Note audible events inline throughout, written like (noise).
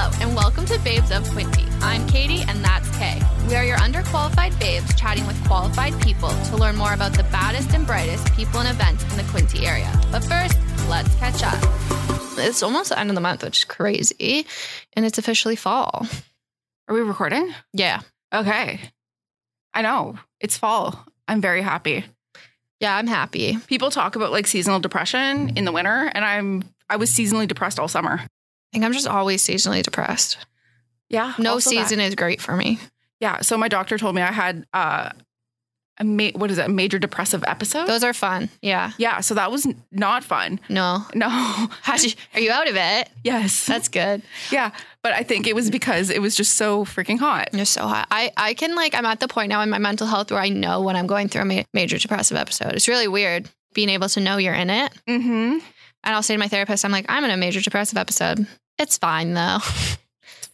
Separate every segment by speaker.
Speaker 1: Welcome to Babes of Quincy. I'm Katie, and that's Kay. We are your underqualified babes chatting with qualified people to learn more about the baddest and brightest people and events in the Quincy area. But first, let's catch up. It's almost the end of the month, which is crazy, and it's officially fall.
Speaker 2: Are we recording?
Speaker 1: Yeah,
Speaker 2: Okay. I know. It's fall. I'm very happy.
Speaker 1: yeah, I'm happy.
Speaker 2: People talk about like seasonal depression in the winter and I'm I was seasonally depressed all summer.
Speaker 1: I think I'm just always seasonally depressed.
Speaker 2: Yeah.
Speaker 1: No
Speaker 2: also that.
Speaker 1: season is great for me.
Speaker 2: Yeah, so my doctor told me I had uh a ma- what is it? A major depressive episode?
Speaker 1: Those are fun. Yeah,
Speaker 2: yeah, so that was n- not fun. (laughs)
Speaker 1: no. (laughs)
Speaker 2: No.
Speaker 1: How'd you, are you out of it?
Speaker 2: (laughs) yes.
Speaker 1: That's good.
Speaker 2: yeah, but I think it was because it was just so freaking hot.
Speaker 1: You're so hot. I, I can like I'm at the point now in my mental health where I know when I'm going through a ma- major depressive episode. It's really weird being able to know you're in it.
Speaker 2: Mhm.
Speaker 1: And I'll say to my therapist, I'm like, I'm in a major depressive episode. It's fine though. (laughs)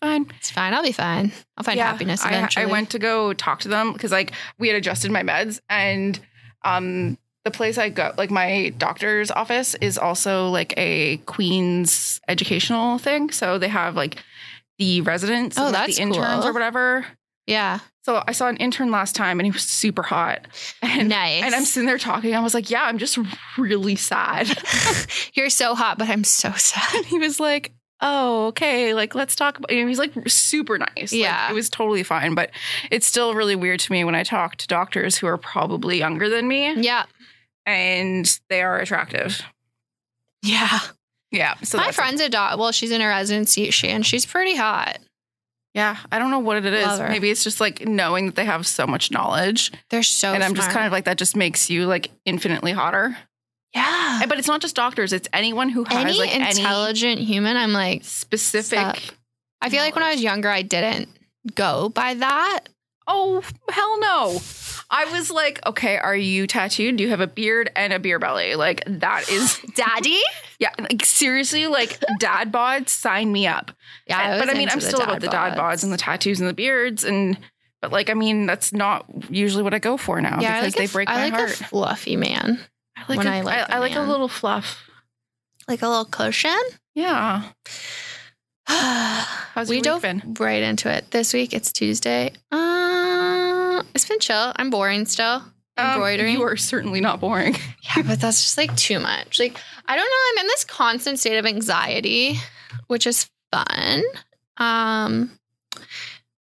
Speaker 2: It's fine.
Speaker 1: It's fine. I'll be fine. I'll find happiness
Speaker 2: I-
Speaker 1: eventually.
Speaker 2: I, went to go talk to them because like we had adjusted my meds and um the place I go like my doctor's office is also like a Queen's educational thing. So they have like the residents
Speaker 1: Oh,
Speaker 2: and, like,
Speaker 1: that's
Speaker 2: the interns
Speaker 1: cool.
Speaker 2: or whatever.
Speaker 1: Yeah.
Speaker 2: So I saw an intern last time and he was super hot. (laughs) And
Speaker 1: nice.
Speaker 2: and I'm (laughs) sitting there talking. I was like, yeah, I'm just really sad.
Speaker 1: (laughs) You're so hot, but I'm so sad. (laughs)
Speaker 2: And he was like, oh, okay, like let's talk about. And he was like super nice. Like,
Speaker 1: Yeah.
Speaker 2: it was totally fine. But it's still really weird to me when I talk to doctors who are probably younger than me
Speaker 1: Yeah.
Speaker 2: and they are attractive.
Speaker 1: Yeah.
Speaker 2: Yeah. So
Speaker 1: my
Speaker 2: that's-
Speaker 1: friend's a doc. Well, she's in her residency. She and she's pretty hot.
Speaker 2: Yeah, I don't know what it
Speaker 1: Love
Speaker 2: is.
Speaker 1: her.
Speaker 2: Maybe it's just like knowing that they have so much knowledge,
Speaker 1: They're so.
Speaker 2: and I'm just kind of like that just makes you like
Speaker 1: (sighs)
Speaker 2: infinitely hotter.
Speaker 1: yeah.
Speaker 2: And- But it's not just doctors; it's anyone who has
Speaker 1: any
Speaker 2: like any
Speaker 1: intelligent human, I'm like,
Speaker 2: specific.
Speaker 1: Sup. I feel like when I was younger, I didn't go by that.
Speaker 2: Oh, hell no. I was like, okay, are you tattooed? Do you have a beard and a beer belly? Like, that is, (laughs)
Speaker 1: Daddy?
Speaker 2: yeah, like, seriously, like, dad bods, sign me up.
Speaker 1: Yeah,
Speaker 2: but I mean, I'm still about the dad bods and the tattoos and the beards. And, but like, I mean, that's not usually what I go for now
Speaker 1: yeah, I like
Speaker 2: because
Speaker 1: a
Speaker 2: they
Speaker 1: f-
Speaker 2: break
Speaker 1: I
Speaker 2: my
Speaker 1: like
Speaker 2: heart.
Speaker 1: a fluffy man,
Speaker 2: I
Speaker 1: when
Speaker 2: a-
Speaker 1: I like
Speaker 2: I,
Speaker 1: a
Speaker 2: like a
Speaker 1: man.
Speaker 2: little fluff.
Speaker 1: like a little (gasps) cushion.
Speaker 2: Yeah. How's
Speaker 1: we
Speaker 2: your week
Speaker 1: dove
Speaker 2: been?
Speaker 1: right into it this week. It's Tuesday. Uh, it's been chill. I'm boring still.
Speaker 2: Um,
Speaker 1: Embroidering.
Speaker 2: you are certainly not boring.
Speaker 1: (laughs) yeah, but that's just like too much. Like I don't know. I'm in this constant state of anxiety, which is fun. Um,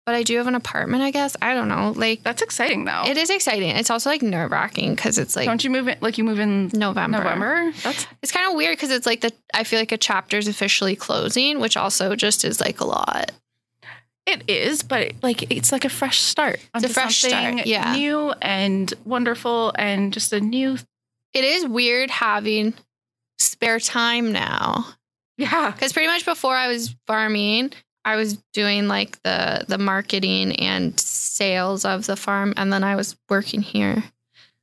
Speaker 1: but I do have an apartment. I guess I don't know. Like
Speaker 2: That's exciting though.
Speaker 1: It is exciting. It's also like nerve wracking because it's like
Speaker 2: Don't you move in, like, you move in
Speaker 1: November.
Speaker 2: November? That's,
Speaker 1: It's kind of weird because it's like the I feel like a chapter's officially closing, which also just is like a lot.
Speaker 2: It is, but like it's like a fresh start.
Speaker 1: It's a
Speaker 2: onto
Speaker 1: fresh
Speaker 2: something
Speaker 1: start, yeah.
Speaker 2: New and wonderful and just a new
Speaker 1: It is weird having spare time now
Speaker 2: Yeah.
Speaker 1: because pretty much before I was farming, I was doing like the the marketing and sales of the farm, and then I was working here.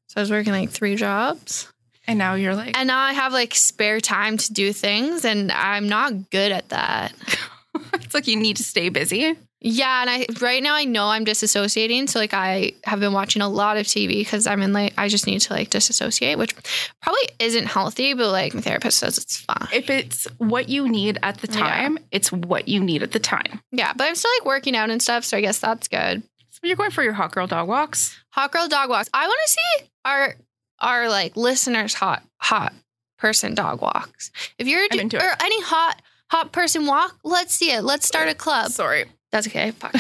Speaker 1: So I was working like three jobs.
Speaker 2: And now you're like
Speaker 1: And now I have like spare time to do things and I'm not good at that.
Speaker 2: (laughs) it's like you need to stay busy.
Speaker 1: Yeah, and I right now I know I'm disassociating, so like I have been watching a lot of TV because I'm in like I just need to like disassociate, which probably isn't healthy, but like my therapist says it's fine.
Speaker 2: If it's what you need at the
Speaker 1: Yeah.
Speaker 2: time, it's what you need at the time.
Speaker 1: Yeah, but I'm still like working out and stuff, so I guess that's good.
Speaker 2: So you're going for your hot girl dog walks.
Speaker 1: Hot girl dog walks. I want to see our our like listeners hot hot person dog walks. If you're
Speaker 2: I'm into it.
Speaker 1: or any hot hot person walk, let's see it. Let's start a club.
Speaker 2: Sorry. (sighs)
Speaker 1: That's okay. Fuck.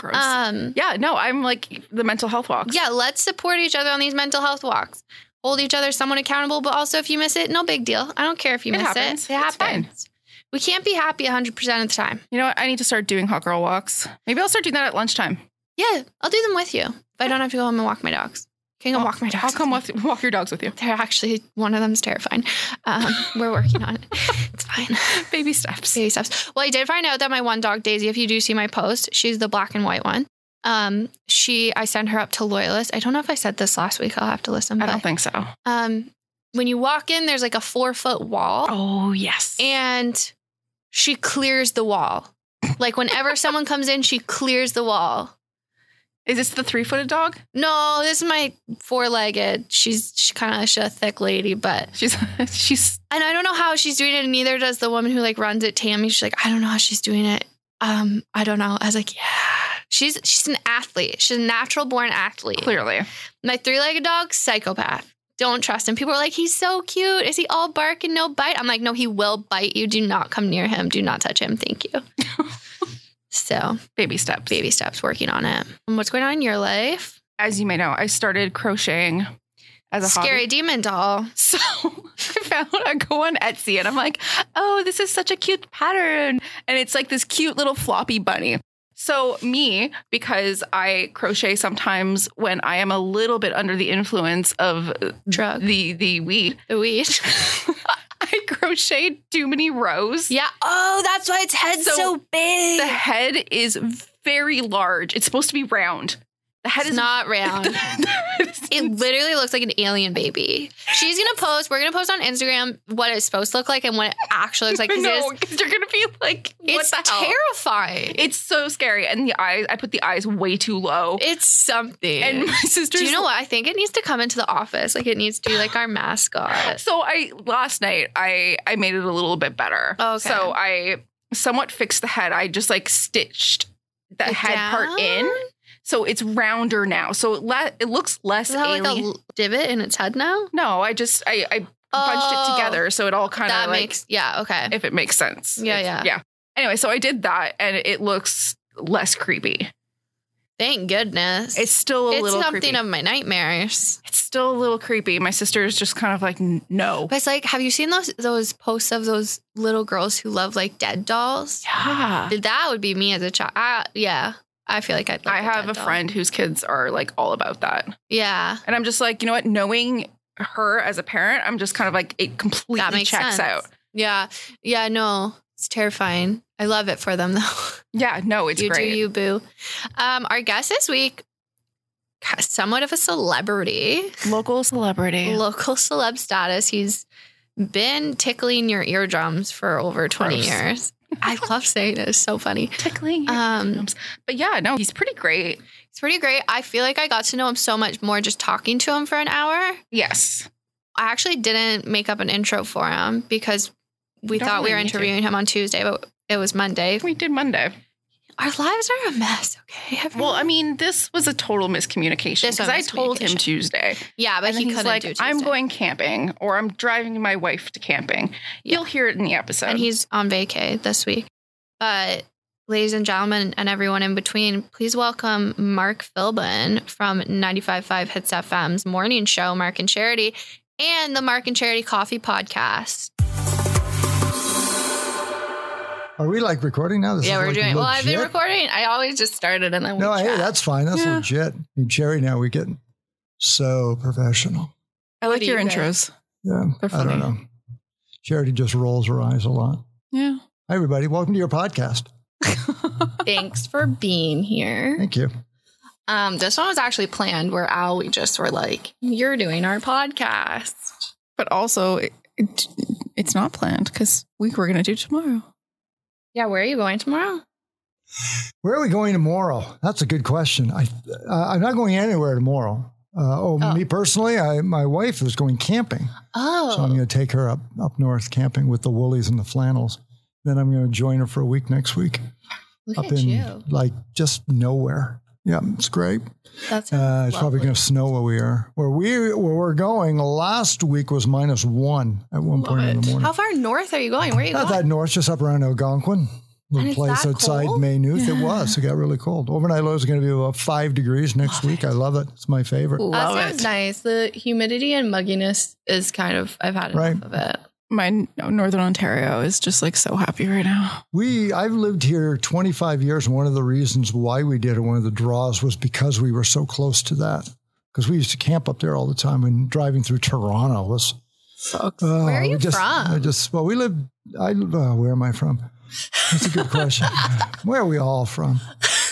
Speaker 2: (laughs) Gross.
Speaker 1: Um
Speaker 2: yeah, no, I'm like the mental health walks.
Speaker 1: Yeah, let's support each other on these mental health walks. Hold each other somewhat accountable, but also if you miss it, no big deal. I don't care if you
Speaker 2: It
Speaker 1: miss
Speaker 2: happens.
Speaker 1: it. It
Speaker 2: It's fine.
Speaker 1: happens. We can't be happy 100% of the time.
Speaker 2: You know what? I need to start doing hot girl walks. Maybe I'll start doing that at lunchtime.
Speaker 1: Yeah, I'll do them with you. If I don't have to go home and walk my dogs. Can I go walk my dogs?
Speaker 2: I'll come
Speaker 1: me?
Speaker 2: with, walk your dogs with you.
Speaker 1: They're actually, one of them's terrifying.
Speaker 2: (laughs)
Speaker 1: Um, we're working on it. It's fine.
Speaker 2: Baby steps.
Speaker 1: Baby steps. Well, I did find out that my one dog, Daisy, if you do see my post, she's the black and white one. Um, she, I sent her up to Loyalist. I don't know if I said this last week. I'll have to listen.
Speaker 2: I
Speaker 1: but
Speaker 2: don't think so.
Speaker 1: um, when you walk in, there's like a four foot wall,
Speaker 2: Oh yes.
Speaker 1: and she clears the wall. Like whenever someone comes in, she clears the wall.
Speaker 2: Is this the three footed dog?
Speaker 1: No, this is my four legged. She's she kind of she's a thick lady, but
Speaker 2: She's (laughs) she's
Speaker 1: and I don't know how she's doing it. And neither does the woman who like runs it, Tammy. She's like, I don't know how she's doing it. um, I don't know. I was like, yeah. She's she's an athlete. She's a natural born athlete.
Speaker 2: Clearly.
Speaker 1: My three legged dog, psychopath. Don't trust him. People are like, he's so cute. Is he all bark and no bite? I'm like, no, he will bite you. Do not come near him. Do not touch him. Thank
Speaker 2: (laughs)
Speaker 1: you. so
Speaker 2: Baby steps.
Speaker 1: baby steps working on it. And What's going on in your life?
Speaker 2: As you may know, I started crocheting as a
Speaker 1: Scary
Speaker 2: hobby.
Speaker 1: demon doll.
Speaker 2: (laughs) So I found I go on Etsy and I'm like, oh, this is such a cute pattern. And it's like this cute little floppy bunny. So me, because I crochet sometimes when I am a little bit under the influence of
Speaker 1: Drug.
Speaker 2: the the weed, (laughs)
Speaker 1: The weed.
Speaker 2: I crocheted too many rows.
Speaker 1: yeah. Oh, that's why its head's
Speaker 2: So,
Speaker 1: so, big.
Speaker 2: The head is very large. It's supposed to be round. The head
Speaker 1: it's
Speaker 2: is
Speaker 1: not
Speaker 2: (laughs)
Speaker 1: round. It literally looks like an alien baby. She's gonna post. We're gonna post on Instagram what it's supposed to look like and what it actually
Speaker 2: (laughs)
Speaker 1: looks like. 'cause
Speaker 2: no,
Speaker 1: it's, (laughs)
Speaker 2: 'cause you're gonna be like, what
Speaker 1: it's
Speaker 2: the hell?
Speaker 1: terrifying.
Speaker 2: It's so scary. And the eyes, I put the eyes way too low.
Speaker 1: it's something.
Speaker 2: And my sister's.
Speaker 1: Do you know what? I think it needs to come into the office. Like it needs to be like our mascot.
Speaker 2: So I last night I I made it a little bit better.
Speaker 1: Oh, okay.
Speaker 2: So I somewhat fixed the head. I just like stitched the
Speaker 1: It
Speaker 2: head part in,
Speaker 1: down?
Speaker 2: so it's rounder now. So it le- it looks
Speaker 1: (gasps)
Speaker 2: less
Speaker 1: Is that
Speaker 2: alien.
Speaker 1: like a l- divot in its head now?
Speaker 2: no, I just I I bunched
Speaker 1: Oh,
Speaker 2: it together so it all kind
Speaker 1: That
Speaker 2: of like
Speaker 1: makes yeah okay.
Speaker 2: if it makes sense.
Speaker 1: Yeah,
Speaker 2: It's- yeah. Anyway, so I did that and it looks less creepy.
Speaker 1: Thank goodness.
Speaker 2: It's still a
Speaker 1: It's
Speaker 2: little
Speaker 1: something
Speaker 2: creepy.
Speaker 1: of my nightmares.
Speaker 2: it's still a little creepy. My sister is just kind of like, "N- no.
Speaker 1: But it's like, have you seen those those posts of those little girls who love like dead dolls?
Speaker 2: Yeah.
Speaker 1: That would be me as a child. I, yeah, I feel like I'd. Like
Speaker 2: I have
Speaker 1: dead
Speaker 2: a
Speaker 1: doll.
Speaker 2: friend whose kids are like all about that.
Speaker 1: Yeah,
Speaker 2: And I'm just like, you know what? Knowing her as a parent, I'm just kind of like, it completely
Speaker 1: that makes
Speaker 2: checks
Speaker 1: sense.
Speaker 2: out.
Speaker 1: Yeah, yeah. No, it's terrifying. I love it for them though.
Speaker 2: Yeah, no, it's
Speaker 1: you
Speaker 2: great.
Speaker 1: do you, boo. Um, our guest this week, somewhat of a celebrity,
Speaker 2: Local celebrity.
Speaker 1: local celeb status. He's been tickling your eardrums for over twenty
Speaker 2: Gross. (laughs)
Speaker 1: years. I love saying it. It's so funny.
Speaker 2: Tickling.
Speaker 1: Um,
Speaker 2: but yeah, no, he's pretty great.
Speaker 1: It's pretty great. I feel like I got to know him so much more just talking to him for an hour.
Speaker 2: Yes.
Speaker 1: I actually didn't make up an intro for him because we
Speaker 2: You don't
Speaker 1: thought we
Speaker 2: really
Speaker 1: were
Speaker 2: need to.
Speaker 1: interviewing him on Tuesday, but it was Monday.
Speaker 2: We did Monday.
Speaker 1: Our lives are a mess, okay?
Speaker 2: Well,
Speaker 1: everyone?
Speaker 2: I mean, this was a total miscommunication
Speaker 1: This was
Speaker 2: because I told him
Speaker 1: miscommunication.
Speaker 2: Tuesday.
Speaker 1: yeah, but
Speaker 2: and
Speaker 1: he
Speaker 2: then he's
Speaker 1: couldn't
Speaker 2: like,
Speaker 1: do Tuesday.
Speaker 2: I'm going camping or I'm driving my wife to camping.
Speaker 1: Yeah.
Speaker 2: You'll hear it in the episode.
Speaker 1: and he's on vacay this week. But ladies and gentlemen and everyone in between, please welcome Mark Philbin from 95.5 Hits FM's morning show, Mark and Charity, and the Mark and Charity Coffee Podcast.
Speaker 3: Are we like recording now? This
Speaker 1: yeah,
Speaker 3: is,
Speaker 1: we're
Speaker 3: like,
Speaker 1: doing. Well, I've been
Speaker 3: legit?
Speaker 1: recording. I always just started and then we
Speaker 3: No, hey,
Speaker 1: chat.
Speaker 3: that's fine. That's
Speaker 2: Yeah.
Speaker 3: legit. And Jerry, now we get so professional.
Speaker 2: I
Speaker 1: What
Speaker 2: like
Speaker 1: do
Speaker 2: your
Speaker 1: you guys-
Speaker 2: intros.
Speaker 3: Yeah,
Speaker 2: They're
Speaker 3: I
Speaker 2: funny.
Speaker 3: don't know. Charity just rolls her eyes a lot.
Speaker 2: Yeah.
Speaker 3: Hi, everybody. Welcome to your podcast.
Speaker 2: (laughs)
Speaker 1: Thanks for being here.
Speaker 3: Thank you.
Speaker 1: Um, this one was actually planned where Al, we just were like, "You're doing our podcast."
Speaker 2: But also, it, it, it's not planned because we were going to do tomorrow.
Speaker 1: Yeah, where are you going tomorrow?
Speaker 3: Where are we going tomorrow? That's a good question. I, uh, I'm not going anywhere tomorrow. Uh, oh,
Speaker 1: Oh.
Speaker 3: me personally, I, my wife is going camping.
Speaker 1: Oh,
Speaker 3: So I'm going to take her up, up north camping with the woolies and the flannels. Then I'm going to join her for a week next week.
Speaker 1: look
Speaker 3: up
Speaker 1: at
Speaker 3: in
Speaker 1: you.
Speaker 3: like just nowhere. Yeah, it's great.
Speaker 1: That's
Speaker 3: Uh, it's probably
Speaker 1: lovely.
Speaker 3: going to snow where we are. Where we where we're going last week was minus one at one point in
Speaker 2: it.
Speaker 3: the morning.
Speaker 1: How far north are you going? Where are you
Speaker 3: Not
Speaker 1: going?
Speaker 3: that north, just up around Algonquin, little
Speaker 1: And it's
Speaker 3: place
Speaker 1: that
Speaker 3: outside
Speaker 1: cold? (laughs)
Speaker 3: Maynooth. It was. It got really cold. Overnight low is going to be about five degrees next week. I love it. It's my favorite.
Speaker 2: Love
Speaker 4: that sounds
Speaker 2: it.
Speaker 4: nice. The humidity and mugginess is kind of I've had enough
Speaker 3: Right.
Speaker 4: of it.
Speaker 2: My n- Northern Ontario is just like so happy right now.
Speaker 3: We I've lived here 25 years. and One of the reasons why we did it, one of the draws, was because we were so close to that. Because we used to camp up there all the time, and driving through Toronto was. Oh,
Speaker 1: Where are
Speaker 3: we
Speaker 1: you
Speaker 3: just,
Speaker 1: from?
Speaker 3: I just well, we live. I uh, where am I from? That's a
Speaker 1: (laughs)
Speaker 3: good question. where are we all from?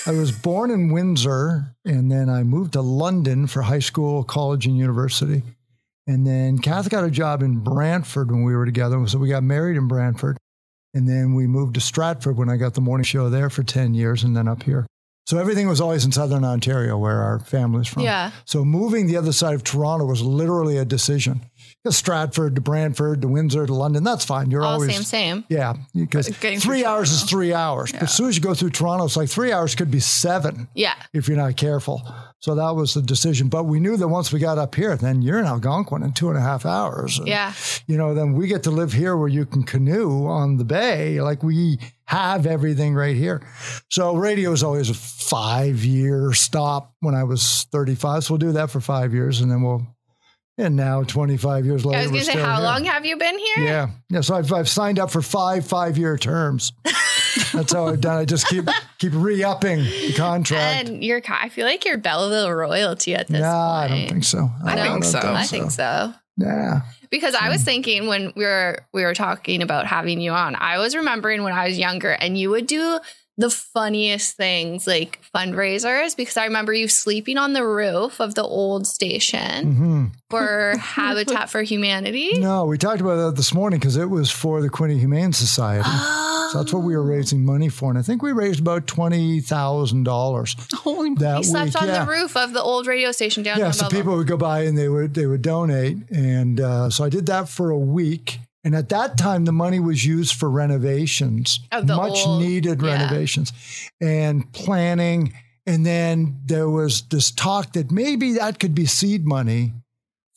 Speaker 3: I was born in Windsor, and then I moved to London for high school, college, and university. And then Kath got a job in Brantford when we were together, so we got married in Brantford. And then we moved to Stratford when I got the morning show there for ten years, and then up here. So everything was always in Southern Ontario, where our family's from.
Speaker 4: Yeah.
Speaker 3: So moving the other side of Toronto was literally a decision. Stratford to Brantford to Windsor to London. That's fine. You're
Speaker 1: All
Speaker 3: always
Speaker 1: same, same.
Speaker 3: yeah, because
Speaker 2: Getting through
Speaker 3: three hours is three hours. But as soon as you go through Toronto, it's like three hours could be seven
Speaker 1: Yeah.
Speaker 3: if you're not careful. So that was the decision. But we knew that once we got up here, then you're in Algonquin in two and a half hours. And,
Speaker 1: Yeah.
Speaker 3: You know, then we get to live here where you can canoe on the bay. Like we have everything right here. So radio is always a five year stop when I was 35. So we'll do that for five years and then we'll, and now 25 years later.
Speaker 1: I was
Speaker 3: we're
Speaker 1: going to say,
Speaker 3: still
Speaker 1: how
Speaker 3: here.
Speaker 1: long have you been here?
Speaker 3: Yeah. Yeah. So I've, I've signed up for five five
Speaker 1: (laughs)
Speaker 3: year terms. That's how I've done. it. I just keep keep re upping the contract.
Speaker 1: And you're, ki- I feel like you're Belleville royalty at this
Speaker 3: nah, I
Speaker 1: point.
Speaker 3: don't think so.
Speaker 2: I
Speaker 3: don't-
Speaker 2: think
Speaker 3: don't
Speaker 2: so.
Speaker 1: I think so.
Speaker 3: Nah.
Speaker 1: Because I
Speaker 3: Hmm.
Speaker 1: was thinking when we were we were talking about having you on, I was remembering when I was younger and you would do the funniest things like fundraisers because I remember you sleeping on the roof of the old station
Speaker 3: hmm (laughs)
Speaker 1: for Habitat for Humanity.
Speaker 3: No, we talked about that this morning because it was for the Quinney Humane Society. So
Speaker 1: Oh.
Speaker 3: that's what we were raising money for, and I think we raised about twenty thousand dollars
Speaker 2: (laughs) Holy
Speaker 3: that
Speaker 1: You slept
Speaker 3: week.
Speaker 1: on
Speaker 3: yeah.
Speaker 1: the roof of the old radio station downtown.
Speaker 3: yeah, so
Speaker 1: Belleville.
Speaker 3: people would go by and they would they would donate, and uh, so I did that for a week. And at that time, the money was used for renovations,
Speaker 1: Of Oh, the
Speaker 3: much
Speaker 1: old-
Speaker 3: needed
Speaker 1: yeah.
Speaker 3: renovations, and planning. And then there was this talk that maybe that could be seed money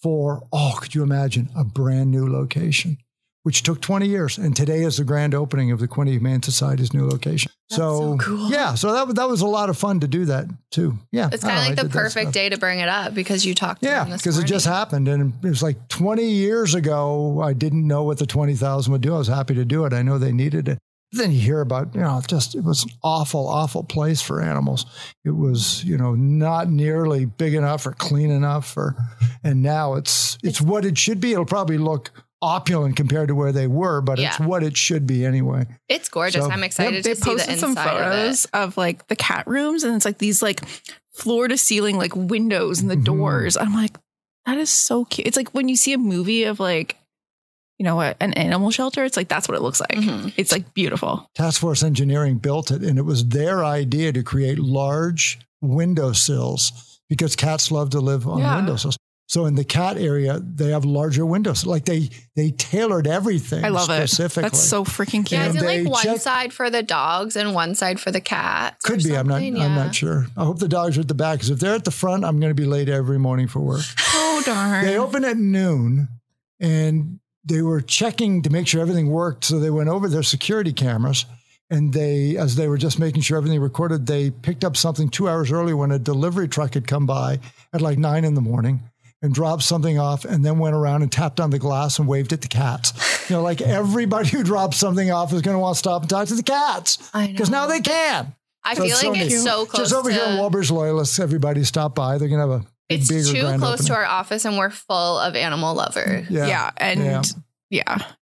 Speaker 3: for oh, could you imagine a brand new location, which took twenty years, and today is the grand opening of the Quinney Humane Society's new location. so,
Speaker 1: cool.
Speaker 3: yeah, so that that was a lot of fun to do that too. Yeah,
Speaker 1: It's
Speaker 3: I
Speaker 1: kind of
Speaker 3: don't know, Oh, I
Speaker 1: like the
Speaker 3: did that stuff.
Speaker 1: perfect day to bring it up because you talked to
Speaker 3: Yeah,
Speaker 1: them this
Speaker 3: because it just
Speaker 1: morning.
Speaker 3: happened, and it was like 20 years ago. I didn't know what the 20,000 would do. I was happy to do it. I know they needed it. Then you hear about, you know, just it was an awful, awful place for animals. It was, you know, not nearly big enough or clean enough, or and now it's it's what it should be. It'll probably look opulent compared to where they were, but it's
Speaker 1: Yeah.
Speaker 3: what it should be anyway.
Speaker 1: It's gorgeous.
Speaker 3: So-
Speaker 1: I'm excited
Speaker 2: they
Speaker 1: to see the
Speaker 2: posted
Speaker 1: inside
Speaker 2: some
Speaker 1: of it.
Speaker 2: photos of, like the cat rooms, and it's like these like floor to ceiling like windows and the
Speaker 3: Mhm.
Speaker 2: doors. I'm like, that is so cute. It's like when you see a movie of like, you know, a, an animal shelter. It's like that's what it looks like.
Speaker 1: Mhm.
Speaker 2: It's like beautiful.
Speaker 3: Task Force Engineering built it, and it was their idea to create large windowsills because cats love to live on
Speaker 2: Yeah.
Speaker 3: windowsills. So in the cat area, they have larger windows. Like they they tailored everything.
Speaker 2: I love it.
Speaker 3: specifically.
Speaker 2: That's so freaking cute.
Speaker 1: Yeah, is
Speaker 3: And
Speaker 1: it like
Speaker 3: they
Speaker 1: one
Speaker 3: check-
Speaker 1: side for the dogs and one side for the cats? or
Speaker 3: Could be. I'm not.
Speaker 1: something? Yeah.
Speaker 3: I'm not sure. I hope the dogs are at the back because if they're at the front, I'm going to be late every morning for work.
Speaker 2: Oh darn.
Speaker 3: They opened at noon and they were checking to make sure everything worked. So they went over their security cameras and they, as they were just making sure everything recorded, they picked up something two hours earlier when a delivery truck had come by at like nine in the morning and dropped something off and then went around and tapped on the glass and waved at the cats. You know, like everybody who drops something off is going to want to stop and talk to the cats
Speaker 1: I
Speaker 3: because now they can.
Speaker 1: I
Speaker 3: So
Speaker 1: feel
Speaker 3: it's
Speaker 1: like
Speaker 3: so
Speaker 1: it's
Speaker 3: neat.
Speaker 1: so close.
Speaker 3: Just over
Speaker 1: to,
Speaker 3: here in Walbridge Loyalists, everybody stop by. They're going to have a big,
Speaker 1: it's
Speaker 3: bigger
Speaker 1: too
Speaker 3: grand
Speaker 1: close
Speaker 3: opening.
Speaker 1: to our office, and we're full of animal lovers.
Speaker 2: yeah. and yeah.
Speaker 3: Yeah.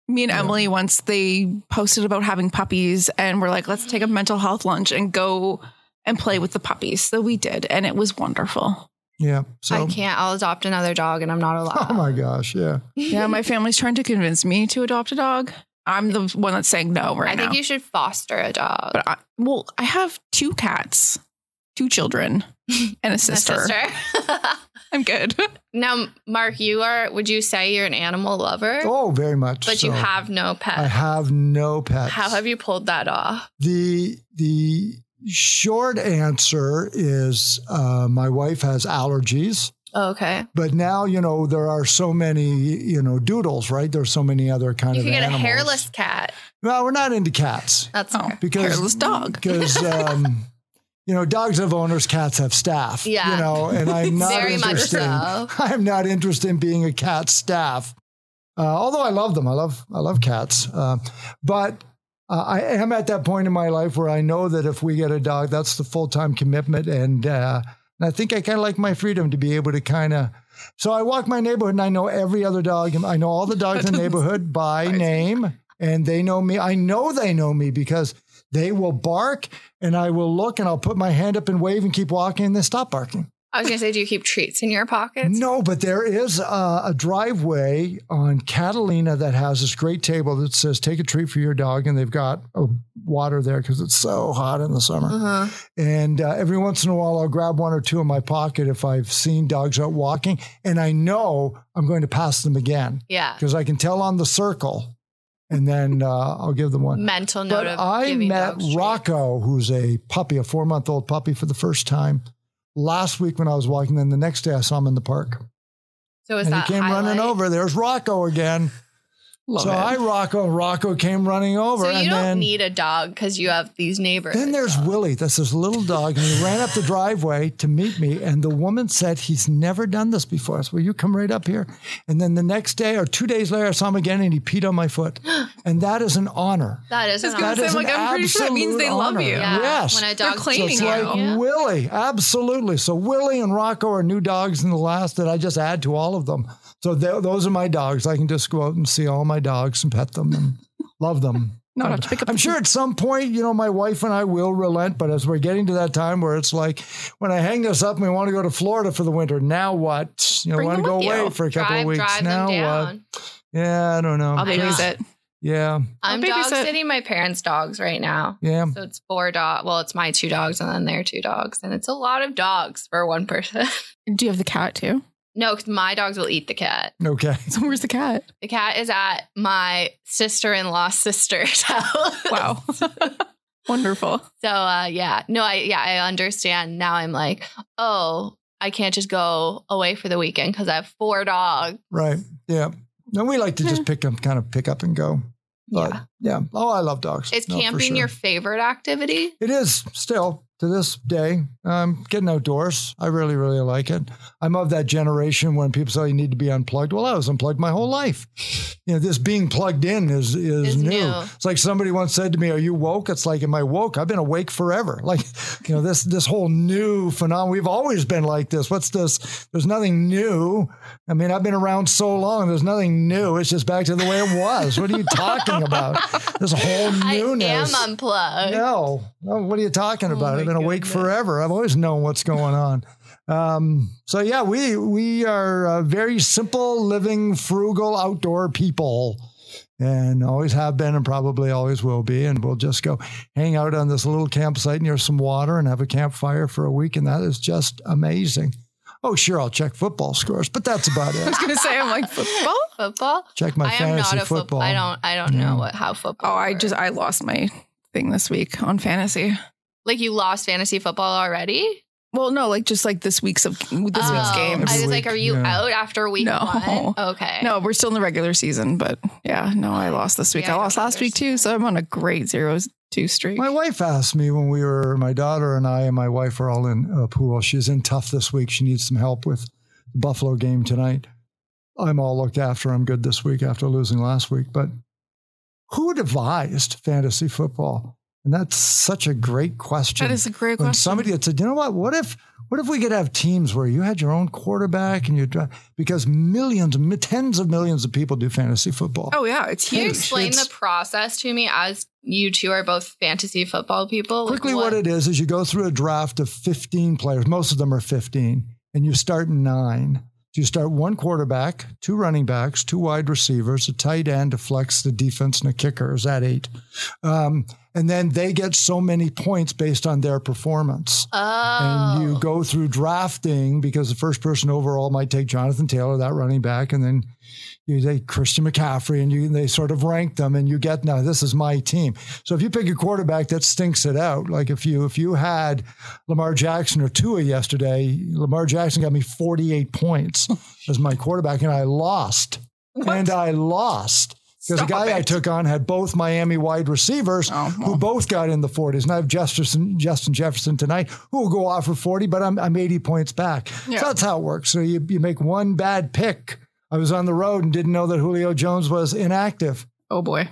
Speaker 2: Me and Emily once they posted about having puppies and we're like, let's take a mental health lunch and go and play with the puppies. So we did, and it was wonderful.
Speaker 3: Yeah. So
Speaker 1: I can't. I'll adopt another dog, and I'm not allowed.
Speaker 3: (laughs)
Speaker 1: (laughs)
Speaker 3: Oh my gosh, yeah.
Speaker 2: Yeah, my family's trying to convince me to adopt a dog. I'm the one that's saying no right
Speaker 1: I think
Speaker 2: now.
Speaker 1: you should foster a dog.
Speaker 2: but I, well, I have two cats,
Speaker 1: (laughs)
Speaker 2: two children, and a
Speaker 1: A
Speaker 2: sister.
Speaker 1: sister. (laughs)
Speaker 2: I'm good.
Speaker 1: now, Mark, you are. Would you say you're an animal lover?
Speaker 3: Oh, very much.
Speaker 1: but you
Speaker 3: so.
Speaker 1: have no pet.
Speaker 3: I have no pets.
Speaker 1: How have you pulled that off?
Speaker 3: The the short answer is uh, my wife has allergies,
Speaker 1: Oh, Okay.
Speaker 3: but now you know there are so many you know doodles, right? There's so many other kind
Speaker 1: You
Speaker 3: of
Speaker 1: could get
Speaker 3: animals.
Speaker 1: a hairless cat.
Speaker 3: Well, we're not into cats
Speaker 1: That's
Speaker 2: Oh,
Speaker 1: fair.
Speaker 3: because
Speaker 2: hairless dog.
Speaker 3: because.
Speaker 1: (laughs)
Speaker 3: Um, You know, dogs have owners, cats have staff.
Speaker 1: Yeah.
Speaker 3: You know, and I'm not
Speaker 1: very much
Speaker 3: interested.
Speaker 1: so.
Speaker 3: (laughs) I'm not interested in being a cat staff. Uh, although I love them, I love I love cats. Uh, but uh, I am at that point in my life where I know that if we get a dog, that's the full time commitment, and uh, and I think I kind of like my freedom to be able to kind of. So I walk my neighborhood, and I know every other dog. I know all the dogs in the neighborhood by name, and they know me. I know they know me because they will bark, and I will look, and I'll put my hand up and wave, and keep walking, and they stop barking.
Speaker 1: I was gonna say, do you keep treats in your pockets?
Speaker 3: No, but there is a, a driveway on Catalina that has this great table that says "Take a treat for your dog," and they've got uh, water there because it's so hot in the summer.
Speaker 1: Uh-huh.
Speaker 3: And uh, every once in a while, I'll grab one or two in my pocket if I've seen dogs out walking, and I know I'm going to pass them again
Speaker 1: Yeah.
Speaker 3: because I can tell on the circle, and then uh, I'll give them one.
Speaker 1: Mental note
Speaker 3: But
Speaker 1: of
Speaker 3: I
Speaker 1: giving
Speaker 3: met
Speaker 1: dogs treats.
Speaker 3: Rocco, who's a puppy, a four month old puppy, for the first time last week when I was walking. Then the next day I saw him in the park.
Speaker 1: So is
Speaker 3: and
Speaker 1: that
Speaker 3: he came running
Speaker 1: highlight?
Speaker 3: over. There's Rocco again.
Speaker 2: Love
Speaker 3: so
Speaker 2: it.
Speaker 3: I Rocco, Rocco came running over.
Speaker 1: So
Speaker 3: and
Speaker 1: you don't
Speaker 3: then,
Speaker 1: need a dog because you have these neighbors.
Speaker 3: then there's Willie. That's this little dog. And he ran up the driveway to meet me. And the woman said, He's never done this before. I said, Will you come right up here? And then the next day or two days later, I saw him again and he peed on my
Speaker 2: (gasps)
Speaker 3: foot. And that is an honor.
Speaker 1: that is
Speaker 2: It's
Speaker 1: an
Speaker 2: gonna
Speaker 3: That
Speaker 2: say,
Speaker 3: is
Speaker 2: like,
Speaker 3: an
Speaker 2: I'm pretty sure that means
Speaker 3: absolute
Speaker 2: they love
Speaker 3: honor.
Speaker 2: you.
Speaker 1: Yeah.
Speaker 3: Yes.
Speaker 1: When a
Speaker 2: They're
Speaker 1: dog's
Speaker 2: claiming
Speaker 3: It's
Speaker 1: treating
Speaker 2: you.
Speaker 3: like
Speaker 1: you.
Speaker 3: Willie, absolutely. So Willie and Rocco are new dogs in the last that I just add to all of them. So th- those are my dogs. I can just go out and see all my dogs and pet them and (laughs) love them.
Speaker 2: Not have to pick up.
Speaker 3: I'm sure at some point, you know, my wife and I will relent, but as we're getting to that time where it's like, when I hang this up and we want to go to Florida for the winter, now what? You know,
Speaker 2: Bring
Speaker 3: want to
Speaker 2: them
Speaker 3: go
Speaker 2: with
Speaker 3: away
Speaker 2: you.
Speaker 3: for a couple
Speaker 1: Drive,
Speaker 3: of weeks.
Speaker 1: drive
Speaker 3: now
Speaker 1: them
Speaker 3: what?
Speaker 1: down.
Speaker 3: Yeah, I don't know.
Speaker 2: I'll babysit.
Speaker 3: yeah,
Speaker 1: I'm
Speaker 2: I'll
Speaker 1: dog
Speaker 2: babysit.
Speaker 1: sitting my parents' dogs right now.
Speaker 3: yeah.
Speaker 1: So it's four dog. Well, it's my two dogs and then their two dogs, and it's a lot of dogs for one person. (laughs)
Speaker 2: Do you have the cat too?
Speaker 1: no, because my dogs will eat the cat.
Speaker 3: Okay. (laughs)
Speaker 2: So where's the cat?
Speaker 1: The cat is at my sister-in-law's sister's (laughs) house. (laughs)
Speaker 2: Wow. (laughs) Wonderful.
Speaker 1: So uh, yeah, no, I yeah, I understand now. I'm like, oh, I can't just go away for the weekend because I have four dogs.
Speaker 3: Right. Yeah. No, we like to
Speaker 2: Hmm.
Speaker 3: just pick them, kind of pick up and go. But yeah. Oh, I love dogs.
Speaker 1: Is
Speaker 3: No, for
Speaker 1: camping
Speaker 3: sure.
Speaker 1: your favorite activity?
Speaker 3: It is still to this day. Um, getting outdoors, I really, really like it. I'm of that generation when people say you need to be unplugged. Well, I was unplugged my whole life. You know, this being plugged in is is,
Speaker 1: Is
Speaker 3: new.
Speaker 1: new.
Speaker 3: It's like somebody once said to me, "Are you woke?" It's like, "Am I woke?" I've been awake forever. (laughs) Like, you know, this this whole new phenomenon. We've always been like this. What's this? There's nothing new. I mean, I've been around so long. There's nothing new. It's just back to the way it was. What are you
Speaker 1: (laughs)
Speaker 3: talking about? This whole
Speaker 1: I
Speaker 3: Oh, newness.
Speaker 1: am unplugged.
Speaker 3: No. No, what are you
Speaker 1: Oh
Speaker 3: talking about? I've been awake forever. I've always known what's going on. Um, so yeah, we we are uh, very simple, living, frugal, outdoor people, and always have been, and probably always will be. And we'll just go hang out on this little campsite near some water and have a campfire for a week, and that is just amazing. Oh, sure, I'll check football scores, but that's
Speaker 1: (laughs)
Speaker 3: about it.
Speaker 2: I was gonna say I'm like football.
Speaker 1: Football?
Speaker 3: check my
Speaker 1: I am
Speaker 3: fantasy
Speaker 1: not a
Speaker 3: football.
Speaker 1: football. I don't. I don't know what how football.
Speaker 2: Oh, I
Speaker 1: works.
Speaker 2: just I lost my thing this week on fantasy.
Speaker 1: like you lost fantasy football already.
Speaker 2: Well, no, like just like this week's of this week's
Speaker 1: Oh,
Speaker 2: games.
Speaker 1: I was
Speaker 3: Every
Speaker 1: like,
Speaker 3: week,
Speaker 1: are you
Speaker 3: yeah.
Speaker 1: out after week
Speaker 2: No.
Speaker 1: one? Okay.
Speaker 2: no, we're still in the regular season, but yeah, no, I lost this week.
Speaker 1: Yeah, I
Speaker 2: I
Speaker 1: don't
Speaker 2: lost last week too, so I'm on a great zero two streak.
Speaker 3: My wife asked me when we were, my daughter and I and my wife are all in uh, pool. She's in tough this week. She needs some help with the Buffalo game tonight. I'm all looked after. I'm good this week after losing last week. But who devised fantasy football? And that's such a great question.
Speaker 2: That is a great
Speaker 3: when
Speaker 2: question.
Speaker 3: somebody had said, you know what? What if what if we could have teams where you had your own quarterback and you drive? Because millions, mi- tens of millions of people do fantasy football.
Speaker 2: oh yeah, it's
Speaker 1: Can you
Speaker 2: huge.
Speaker 1: explain
Speaker 3: It's-
Speaker 1: the process to me as you two are both fantasy football people? Like,
Speaker 3: Quickly, what? it is is you go through a draft of 15 players. Most of them are 15, and you start nine. So you start one quarterback, two running backs, two wide receivers, a tight end, a flex, the defense, and a kicker. Is that eight? Um, and then they get so many points based on their performance.
Speaker 1: Oh.
Speaker 3: And you go through drafting because the first person overall might take Jonathan Taylor, that running back, and then you take Christian McCaffrey, and you and they sort of rank them, and you get now this is my team. So if you pick a quarterback that stinks it out, like if you if you had Lamar Jackson or Tua yesterday, Lamar Jackson got me forty eight points as my quarterback, and I lost, and I lost. Because the
Speaker 2: Stop
Speaker 3: guy I
Speaker 2: it.
Speaker 3: took on had both Miami wide receivers
Speaker 2: Oh,
Speaker 3: who
Speaker 2: well.
Speaker 3: both got in the 40s. And I have Jefferson, Justin Jefferson tonight, who will go off for 40, but I'm, I'm 80 points back.
Speaker 2: Yeah.
Speaker 3: So that's how it works. So you, you make one bad pick. I was on the road and didn't know that Julio Jones was inactive,
Speaker 2: oh boy,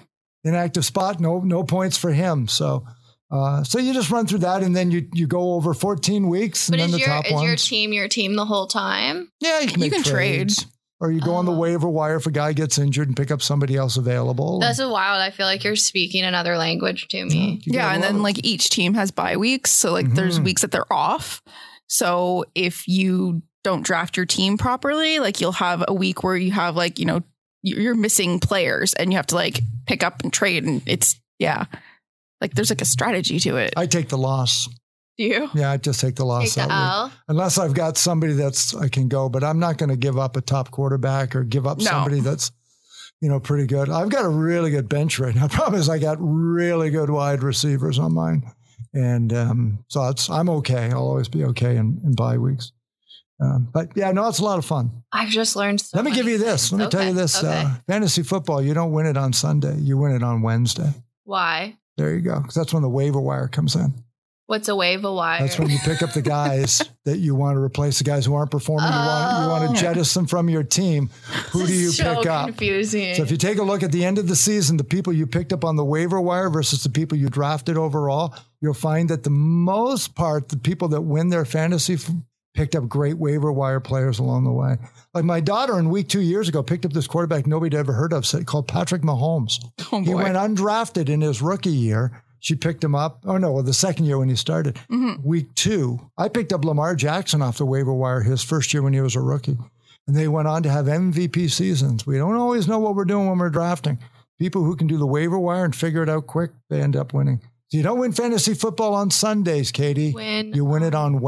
Speaker 3: inactive spot. No, no points for him. So, uh, so you just run through that, and then you you go over 14 weeks, and
Speaker 1: But
Speaker 3: then
Speaker 1: is
Speaker 3: the
Speaker 1: your
Speaker 3: top
Speaker 1: is
Speaker 3: ones.
Speaker 1: your team your team the whole time?
Speaker 3: yeah, you can,
Speaker 2: You
Speaker 3: make
Speaker 2: can trade.
Speaker 3: trades. Or you go on the
Speaker 1: Oh.
Speaker 3: waiver wire if a guy gets injured and pick up somebody else available.
Speaker 1: That's a wild. I feel like you're speaking another language to me.
Speaker 3: You got
Speaker 2: yeah,
Speaker 3: a
Speaker 2: and
Speaker 3: lot
Speaker 2: then
Speaker 3: of-
Speaker 2: like each team has bye weeks, so like there's
Speaker 3: Mhm.
Speaker 2: weeks that they're off, So if you don't draft your team properly, like you'll have a week where you have like, you know, you- you're missing players and you have to like pick up and trade. And it's, yeah, like there's like a strategy to it.
Speaker 3: I take the loss.
Speaker 2: (laughs) Do you?
Speaker 3: Yeah, I just take the
Speaker 1: Take
Speaker 3: loss
Speaker 1: the
Speaker 3: that way.
Speaker 1: L.
Speaker 3: unless I've got somebody that's I can go, but I'm not going to give up a top quarterback or give up
Speaker 2: No.
Speaker 3: somebody that's you know pretty good. I've got a really good bench right now. (laughs) Problem is, I got really good wide receivers on mine, and um, so it's, I'm okay. I'll always be okay in, in bye weeks. Um, but yeah, no, it's a lot of fun.
Speaker 1: I've just learned so
Speaker 3: Let me
Speaker 1: many
Speaker 3: give you this.
Speaker 1: things.
Speaker 3: Let me tell
Speaker 1: Okay,
Speaker 3: you this.
Speaker 1: okay.
Speaker 3: Uh, fantasy football, you don't win it on Sunday. You win it on Wednesday.
Speaker 1: Why?
Speaker 3: There you go. 'Cause that's when the waiver wire comes in.
Speaker 1: What's a wave a wire?
Speaker 3: That's when you pick up
Speaker 1: (laughs)
Speaker 3: the guys that you want to replace the guys who aren't performing. You want you want
Speaker 1: Oh.
Speaker 3: to jettison from your team. Who do you
Speaker 1: so
Speaker 3: pick up?
Speaker 1: confusing.
Speaker 3: So if you take a look at the end of the season, the people you picked up on the waiver wire versus the people you drafted overall, you'll find that the most part, the people that win their fantasy f- picked up great waiver wire players along the way. Like my daughter in week two years ago picked up this quarterback nobody had ever heard of said- called Patrick Mahomes.
Speaker 2: Oh
Speaker 3: He
Speaker 2: boy.
Speaker 3: went undrafted in his rookie year. She picked him up. Oh no, well, the second year when he started, week two. I picked up Lamar Jackson off the waiver wire his first year when he was a rookie, and they went on to have MVP seasons. We don't always know what we're doing when we're drafting. People who can do the waiver wire and figure it out quick, they end up winning. So you don't win fantasy football on Sundays, Katie.
Speaker 1: Win
Speaker 3: you win it on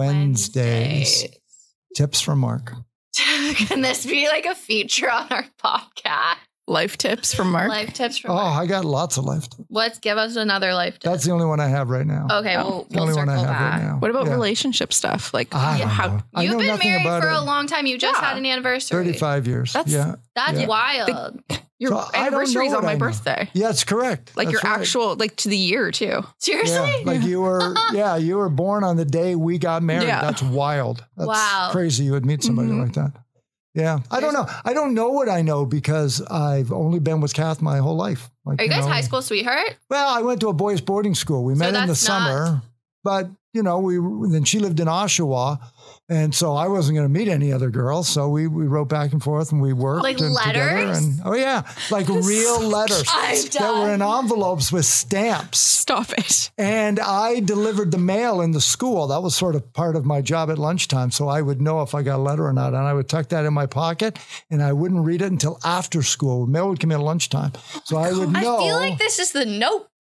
Speaker 3: Wednesdays.
Speaker 1: Wednesdays. (laughs)
Speaker 3: Tips from Mark.
Speaker 1: Can this be like a feature on our podcast?
Speaker 2: Life tips from Mark.
Speaker 1: Life tips from
Speaker 3: Oh,
Speaker 1: Mark.
Speaker 3: I got lots of life. tips.
Speaker 1: Let's give us another life tip.
Speaker 3: That's the only one I have right now.
Speaker 1: okay, we'll,
Speaker 3: the
Speaker 1: we'll
Speaker 3: only
Speaker 1: Oh, circle
Speaker 3: one I have right
Speaker 1: back.
Speaker 3: now.
Speaker 2: What about
Speaker 3: Yeah.
Speaker 2: relationship stuff? Like,
Speaker 3: I don't
Speaker 2: how
Speaker 3: know. I
Speaker 1: You've
Speaker 3: know
Speaker 1: been
Speaker 3: nothing
Speaker 1: married
Speaker 3: about
Speaker 1: for
Speaker 3: it.
Speaker 1: a long time. You just
Speaker 2: Yeah.
Speaker 1: had an anniversary.
Speaker 3: 35 years.
Speaker 2: That's-
Speaker 3: yeah.
Speaker 1: That's
Speaker 3: Yeah.
Speaker 1: wild.
Speaker 2: your
Speaker 3: So I don't
Speaker 2: anniversary is
Speaker 3: know
Speaker 2: on
Speaker 3: what
Speaker 2: my
Speaker 3: I know.
Speaker 2: birthday.
Speaker 3: Yeah, it's correct.
Speaker 2: Like
Speaker 3: That's
Speaker 2: your
Speaker 3: right.
Speaker 2: actual, like to the year too.
Speaker 1: (laughs) Seriously?
Speaker 3: Yeah, like
Speaker 1: (laughs)
Speaker 3: you were, yeah, you were born on the day we got married.
Speaker 2: Yeah.
Speaker 3: That's wild. That's
Speaker 1: Wow. Mm-hmm.
Speaker 3: crazy. You would meet somebody
Speaker 2: Mhm.
Speaker 3: like that. Yeah, I don't know. I don't know what I know because I've only been with Kath my whole life. Like,
Speaker 1: Are you guys
Speaker 3: know,
Speaker 1: high school sweetheart?
Speaker 3: Well, I went to a boys' boarding school. We
Speaker 1: So
Speaker 3: met in the
Speaker 1: that's not-
Speaker 3: summer, but you know, we then she lived in Oshawa, and so I wasn't going to meet any other girls. So we we wrote back and forth, and we worked
Speaker 1: Like
Speaker 3: and together
Speaker 1: letters?
Speaker 3: and- oh yeah, like real letters
Speaker 1: (laughs) I'm
Speaker 3: that were in
Speaker 1: done.
Speaker 3: envelopes with stamps.
Speaker 2: Stop it.
Speaker 3: And I delivered the mail in the school. That was sort of part of my job at lunchtime. So I would know if I got a letter or not. And I would tuck that in my pocket and I wouldn't read it until after school. Mail would come in at lunchtime. So I would
Speaker 1: I
Speaker 3: know.
Speaker 1: feel like this is the notebook. (laughs)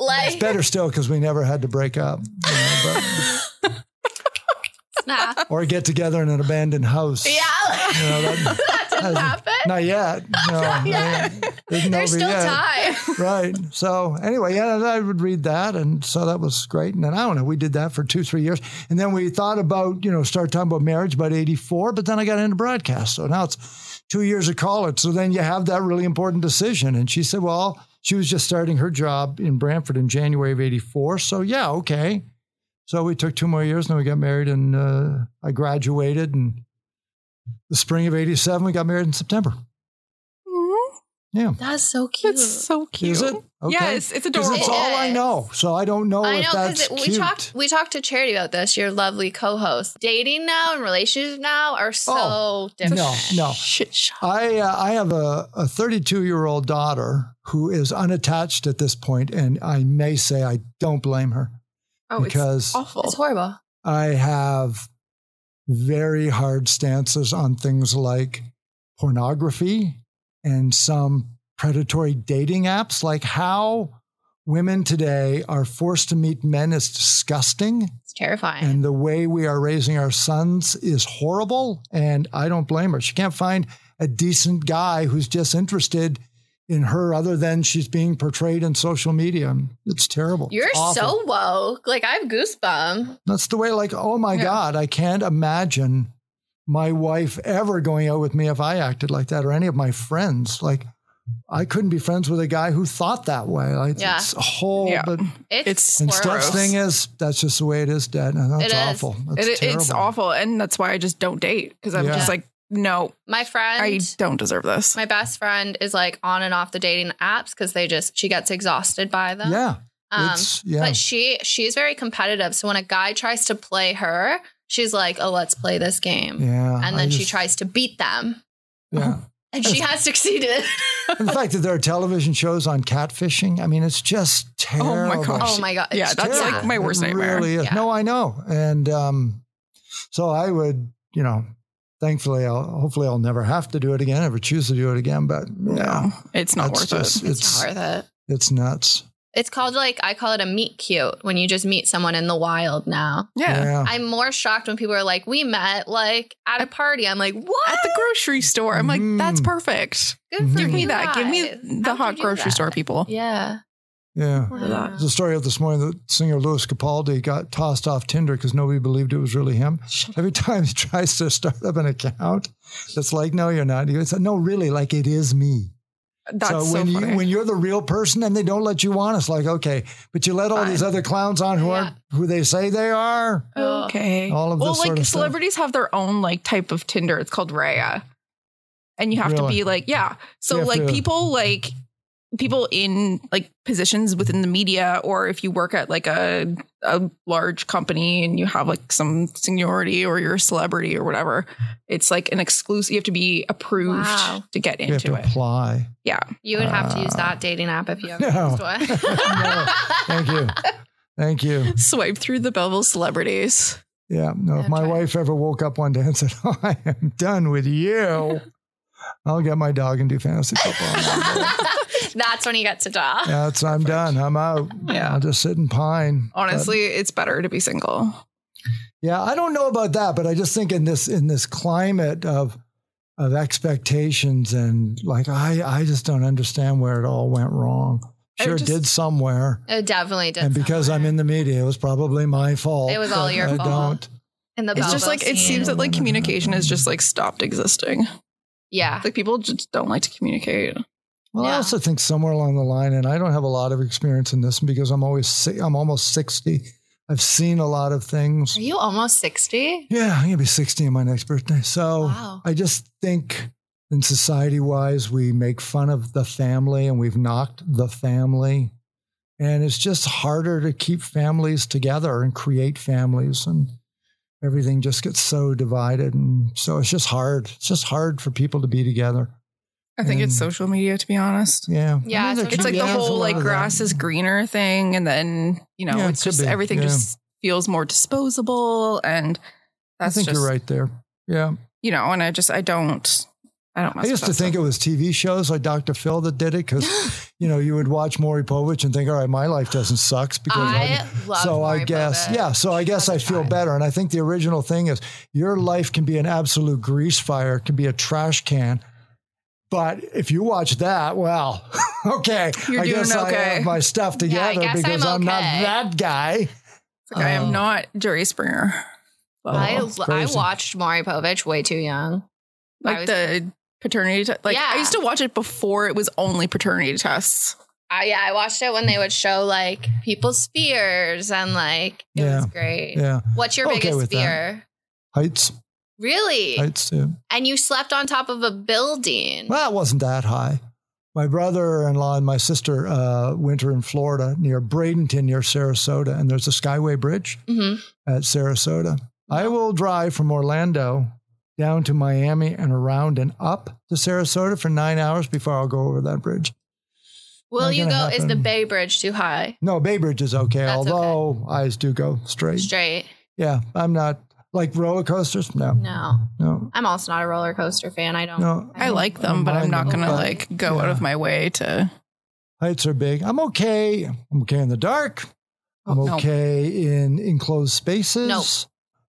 Speaker 1: Like,
Speaker 3: it's better still because we never had to break up you know,
Speaker 1: nah. (laughs)
Speaker 3: but- or get together in an abandoned house.
Speaker 1: Yeah,
Speaker 3: (laughs) You know, that-
Speaker 1: (laughs) that didn't happen.
Speaker 3: not yet.
Speaker 1: (laughs)
Speaker 3: No, yeah. Isn't over
Speaker 1: There's still
Speaker 3: yet.
Speaker 1: time.
Speaker 3: (laughs) right. So anyway, yeah, I would read that, and so that was great. And then I don't know, we did that for two, three years, and then we thought about you know start talking about marriage about eighty four, but then I got into broadcast, so now it's two years of college. So then you have that really important decision, and she said, well, she was just starting her job in Brantford in January of eighty four, so yeah, okay. So we took two more years, and then we got married, and uh, I graduated, and the spring of eighty seven, we got married in September. Yeah.
Speaker 1: That's so cute.
Speaker 2: That's so cute.
Speaker 3: Is it? Okay.
Speaker 2: Yeah, it's, it's
Speaker 3: Because
Speaker 2: adorable.
Speaker 3: it's all I know. So I don't know
Speaker 1: I
Speaker 3: if
Speaker 1: know
Speaker 3: Oh, that's
Speaker 1: because
Speaker 3: cute.
Speaker 1: we talked we talked to Charity about this, your lovely co-host. Dating now and relationships now are so
Speaker 3: Oh,
Speaker 1: different.
Speaker 3: no, no.
Speaker 2: Shit, shit.
Speaker 3: I uh, I have a 32 year old daughter who is unattached at this point, and I may say I don't blame her
Speaker 2: Oh, it's
Speaker 3: because
Speaker 2: awful.
Speaker 1: It's horrible.
Speaker 3: I have very hard stances on things like pornography and some predatory dating apps. Like how women today are forced to meet men is disgusting.
Speaker 1: It's terrifying.
Speaker 3: And the way we are raising our sons is horrible. And I don't blame her. She can't find a decent guy who's just interested in her other than she's being portrayed in social media. It's terrible. It's
Speaker 1: You're
Speaker 3: awful.
Speaker 1: so woke. Like I have goosebumps.
Speaker 3: That's the way, like, oh my
Speaker 2: Yeah.
Speaker 3: God, I can't imagine my wife ever going out with me if I acted like that or any of my friends. Like, I couldn't be friends with a guy who thought that way. Like,
Speaker 1: Yeah.
Speaker 3: It's a whole,
Speaker 2: Yeah.
Speaker 3: but,
Speaker 1: It's,
Speaker 2: It's-
Speaker 3: and
Speaker 1: horrible.
Speaker 3: Steph's thing is, that's just the way it is, Dad. And that's
Speaker 1: It is.
Speaker 3: awful. That's
Speaker 2: It, it's
Speaker 3: terrible.
Speaker 2: awful. And that's why I just don't date because I'm
Speaker 3: Yeah.
Speaker 2: just like, no,
Speaker 1: My friend
Speaker 2: I don't deserve this.
Speaker 1: my best friend is like on and off the dating apps because they just she gets exhausted by them.
Speaker 3: Yeah.
Speaker 1: Um
Speaker 3: It's- yeah.
Speaker 1: but she she's very competitive. So when a guy tries to play her, she's like, Oh, let's play this game.
Speaker 3: Yeah.
Speaker 1: And
Speaker 3: I
Speaker 1: then she
Speaker 3: just-
Speaker 1: tries to beat them. (laughs)
Speaker 3: Yeah.
Speaker 1: And she has succeeded.
Speaker 3: and the fact that there are television shows on catfishing, I mean, it's just
Speaker 2: Oh
Speaker 3: terrible.
Speaker 2: my gosh.
Speaker 1: Oh my god.
Speaker 2: Yeah,
Speaker 1: It's
Speaker 2: that's
Speaker 1: terrible.
Speaker 2: like my worst
Speaker 3: It
Speaker 2: nightmare.
Speaker 3: Really is.
Speaker 1: Yeah.
Speaker 3: No, I know. And um, So I would, you know, thankfully, I'll hopefully I'll never have to do it again, ever choose to do it again. But yeah,
Speaker 2: No, it's not
Speaker 3: it's
Speaker 2: worth
Speaker 3: just
Speaker 2: it.
Speaker 1: It's,
Speaker 3: it's
Speaker 1: not worth it.
Speaker 3: it's nuts.
Speaker 1: It's called like I call it a meet cute when you just meet someone in the wild now.
Speaker 2: Yeah.
Speaker 3: Oh.
Speaker 1: I'm more shocked when people are like, "We met like at a party." I'm like, "What?
Speaker 2: At the grocery store. I'm like, that's
Speaker 3: Mm.
Speaker 2: perfect.
Speaker 1: Good for
Speaker 2: Give me
Speaker 1: you
Speaker 2: that. Give
Speaker 1: guys.
Speaker 2: me the
Speaker 1: How'd
Speaker 2: hot
Speaker 1: you do
Speaker 2: grocery
Speaker 1: that?"
Speaker 2: store people.
Speaker 1: Yeah.
Speaker 3: yeah.
Speaker 1: Wow.
Speaker 3: There's a story out this morning that singer Louis Capaldi got tossed off Tinder because nobody believed it was really him. Every time he tries to start up an account, it's like, no, you're not. He goes, no, really, like it is me.
Speaker 2: That's so,
Speaker 3: when
Speaker 2: funny.
Speaker 3: you when you're the real person and they don't let you on, it's like, okay, but you let all these other clowns on who aren't who they say they are.
Speaker 2: Oh, okay.
Speaker 3: All of
Speaker 2: well,
Speaker 3: this
Speaker 2: like
Speaker 3: sort of stuff.
Speaker 2: celebrities have their own like type of Tinder. It's called Raya. And you have to
Speaker 3: Really?
Speaker 2: be like, yeah. So
Speaker 3: You have
Speaker 2: like
Speaker 3: to-
Speaker 2: people like people in like positions within the media or if you work at like a a large company and you have like some seniority or you're a celebrity or whatever, it's like an exclusive you have to be approved
Speaker 1: Wow.
Speaker 2: to get
Speaker 3: You have
Speaker 2: into
Speaker 3: to
Speaker 2: it.
Speaker 3: apply.
Speaker 2: Yeah.
Speaker 1: You would have to use
Speaker 3: Uh,
Speaker 1: that dating app if you ever
Speaker 3: no.
Speaker 1: used one.
Speaker 3: No.
Speaker 2: (laughs)
Speaker 3: Thank you. Thank you.
Speaker 2: Swipe through the Belleville celebrities.
Speaker 3: Yeah. No, if
Speaker 1: That's
Speaker 3: my
Speaker 1: right.
Speaker 3: wife ever woke up one day and said, (laughs) oh, I am done with you, I'll get my dog and do fantasy football. now.
Speaker 1: (laughs)
Speaker 2: (laughs)
Speaker 1: That's when you get to talk.
Speaker 3: That's I'm done. I'm out.
Speaker 2: Yeah.
Speaker 3: I'll just sit and pine. But-
Speaker 2: Honestly, it's better to be single.
Speaker 3: yeah, I don't know about that, but I just think in this in this climate of of expectations and like I I just don't understand where it all went wrong.
Speaker 2: I
Speaker 3: Sure
Speaker 2: just-
Speaker 3: did somewhere.
Speaker 1: It definitely did.
Speaker 3: and because I'm
Speaker 1: somewhere.
Speaker 3: in the media, it was probably my fault.
Speaker 1: It was all
Speaker 3: that
Speaker 1: your
Speaker 3: I
Speaker 1: fault.
Speaker 3: Don't.
Speaker 1: in the
Speaker 2: It's just
Speaker 1: Belleville
Speaker 2: like it
Speaker 1: scene.
Speaker 2: seems that like communication has just like stopped existing.
Speaker 1: yeah.
Speaker 2: Like people just don't like to communicate.
Speaker 3: Well, I
Speaker 1: Yeah.
Speaker 3: also think somewhere along the line, and I don't have a lot of experience in this because I'm always si- I'm almost sixty. I've seen a lot of things.
Speaker 1: Are you almost sixty?
Speaker 3: Yeah, I'm gonna be 60 on my next birthday. So
Speaker 1: Wow.
Speaker 3: Oh, I just think, in society wise, we make fun of the family and we've knocked the family, and it's just harder to keep families together and create families, and everything just gets so divided, and so it's just hard. It's just hard for people to be together.
Speaker 2: I think it's
Speaker 3: Mm.
Speaker 2: social media, to be honest.
Speaker 3: Yeah,
Speaker 1: Yeah,
Speaker 3: there
Speaker 1: it's
Speaker 2: It's
Speaker 3: could
Speaker 2: like
Speaker 3: be-
Speaker 2: the
Speaker 3: yeah, there's a
Speaker 2: whole
Speaker 3: lot
Speaker 2: like
Speaker 3: of that.
Speaker 2: grass is greener thing, and then you know
Speaker 3: Yeah, it
Speaker 2: it's
Speaker 3: could
Speaker 2: just
Speaker 3: be.
Speaker 2: everything
Speaker 3: Yeah.
Speaker 2: just feels more disposable, and
Speaker 3: I
Speaker 2: that's
Speaker 3: think
Speaker 2: just
Speaker 3: you're right there. Yeah.
Speaker 2: you know. And I just I don't I don't.
Speaker 3: I used to think it was TV shows like Dr. Phil that did
Speaker 2: (gasps)
Speaker 3: it because, you know, you would watch Maury Povich and think, all right, my life doesn't sucks
Speaker 1: (gasps)
Speaker 3: because
Speaker 1: I
Speaker 3: I'm-
Speaker 1: love.
Speaker 3: so I
Speaker 1: Maury
Speaker 3: guess,
Speaker 1: Povich.
Speaker 3: yeah. So I
Speaker 1: As
Speaker 3: guess
Speaker 1: a
Speaker 3: I feel
Speaker 1: child.
Speaker 3: better. And I think the original thing is your life can be an absolute grease fire, it can be a trash can. But if you watch that, well, (laughs) okay,
Speaker 2: You're
Speaker 3: I
Speaker 2: doing
Speaker 3: guess I
Speaker 2: okay.
Speaker 3: have my stuff
Speaker 1: Yeah, I
Speaker 3: together
Speaker 1: guess I'm
Speaker 3: because I'm, not
Speaker 1: okay.
Speaker 3: that guy.
Speaker 2: like, I
Speaker 3: Oh.
Speaker 2: am not Jerry Springer.
Speaker 1: I,
Speaker 3: Oh, it's
Speaker 1: I
Speaker 3: crazy.
Speaker 1: watched Maury Povich way too young. I
Speaker 2: like
Speaker 1: was-
Speaker 2: the paternity. Te- like
Speaker 1: Yeah.
Speaker 2: I used to watch it before it was only paternity tests.
Speaker 1: I, yeah, I watched it when they would show like people's fears and like it
Speaker 3: Yeah.
Speaker 1: was great.
Speaker 3: Yeah.
Speaker 1: What's your
Speaker 3: Okay
Speaker 1: biggest
Speaker 3: with that.
Speaker 1: fear?
Speaker 3: Heights,
Speaker 1: Really?
Speaker 3: heights, yeah.
Speaker 1: and you slept on top of a building.
Speaker 3: Well, it wasn't that high. My brother-in-law and my sister uh, winter in Florida near Bradenton, near Sarasota, and there's a Skyway Bridge
Speaker 1: hmm
Speaker 3: at Sarasota. I will drive from Orlando down to Miami and around and up to Sarasota for nine hours before I'll go over that bridge.
Speaker 1: Will
Speaker 3: Not
Speaker 1: you go?
Speaker 3: gonna
Speaker 1: Is the
Speaker 3: happen.
Speaker 1: Bay Bridge too high?
Speaker 3: No, Bay Bridge is okay,
Speaker 1: That's okay.
Speaker 3: although eyes do go straight.
Speaker 1: Straight.
Speaker 3: Yeah, I'm not like roller coasters. No, no,
Speaker 1: No.
Speaker 3: no.
Speaker 1: I'm also not a roller coaster fan. I don't.
Speaker 3: No.
Speaker 2: I like
Speaker 3: don't
Speaker 2: them, but I'm
Speaker 3: mind
Speaker 2: not
Speaker 3: them,
Speaker 2: gonna
Speaker 3: but-
Speaker 2: like go out
Speaker 3: Oh yeah.
Speaker 2: of my way to.
Speaker 3: Heights are big. I'm okay. I'm okay in the dark. I'm
Speaker 2: Oh, no.
Speaker 3: okay in enclosed spaces.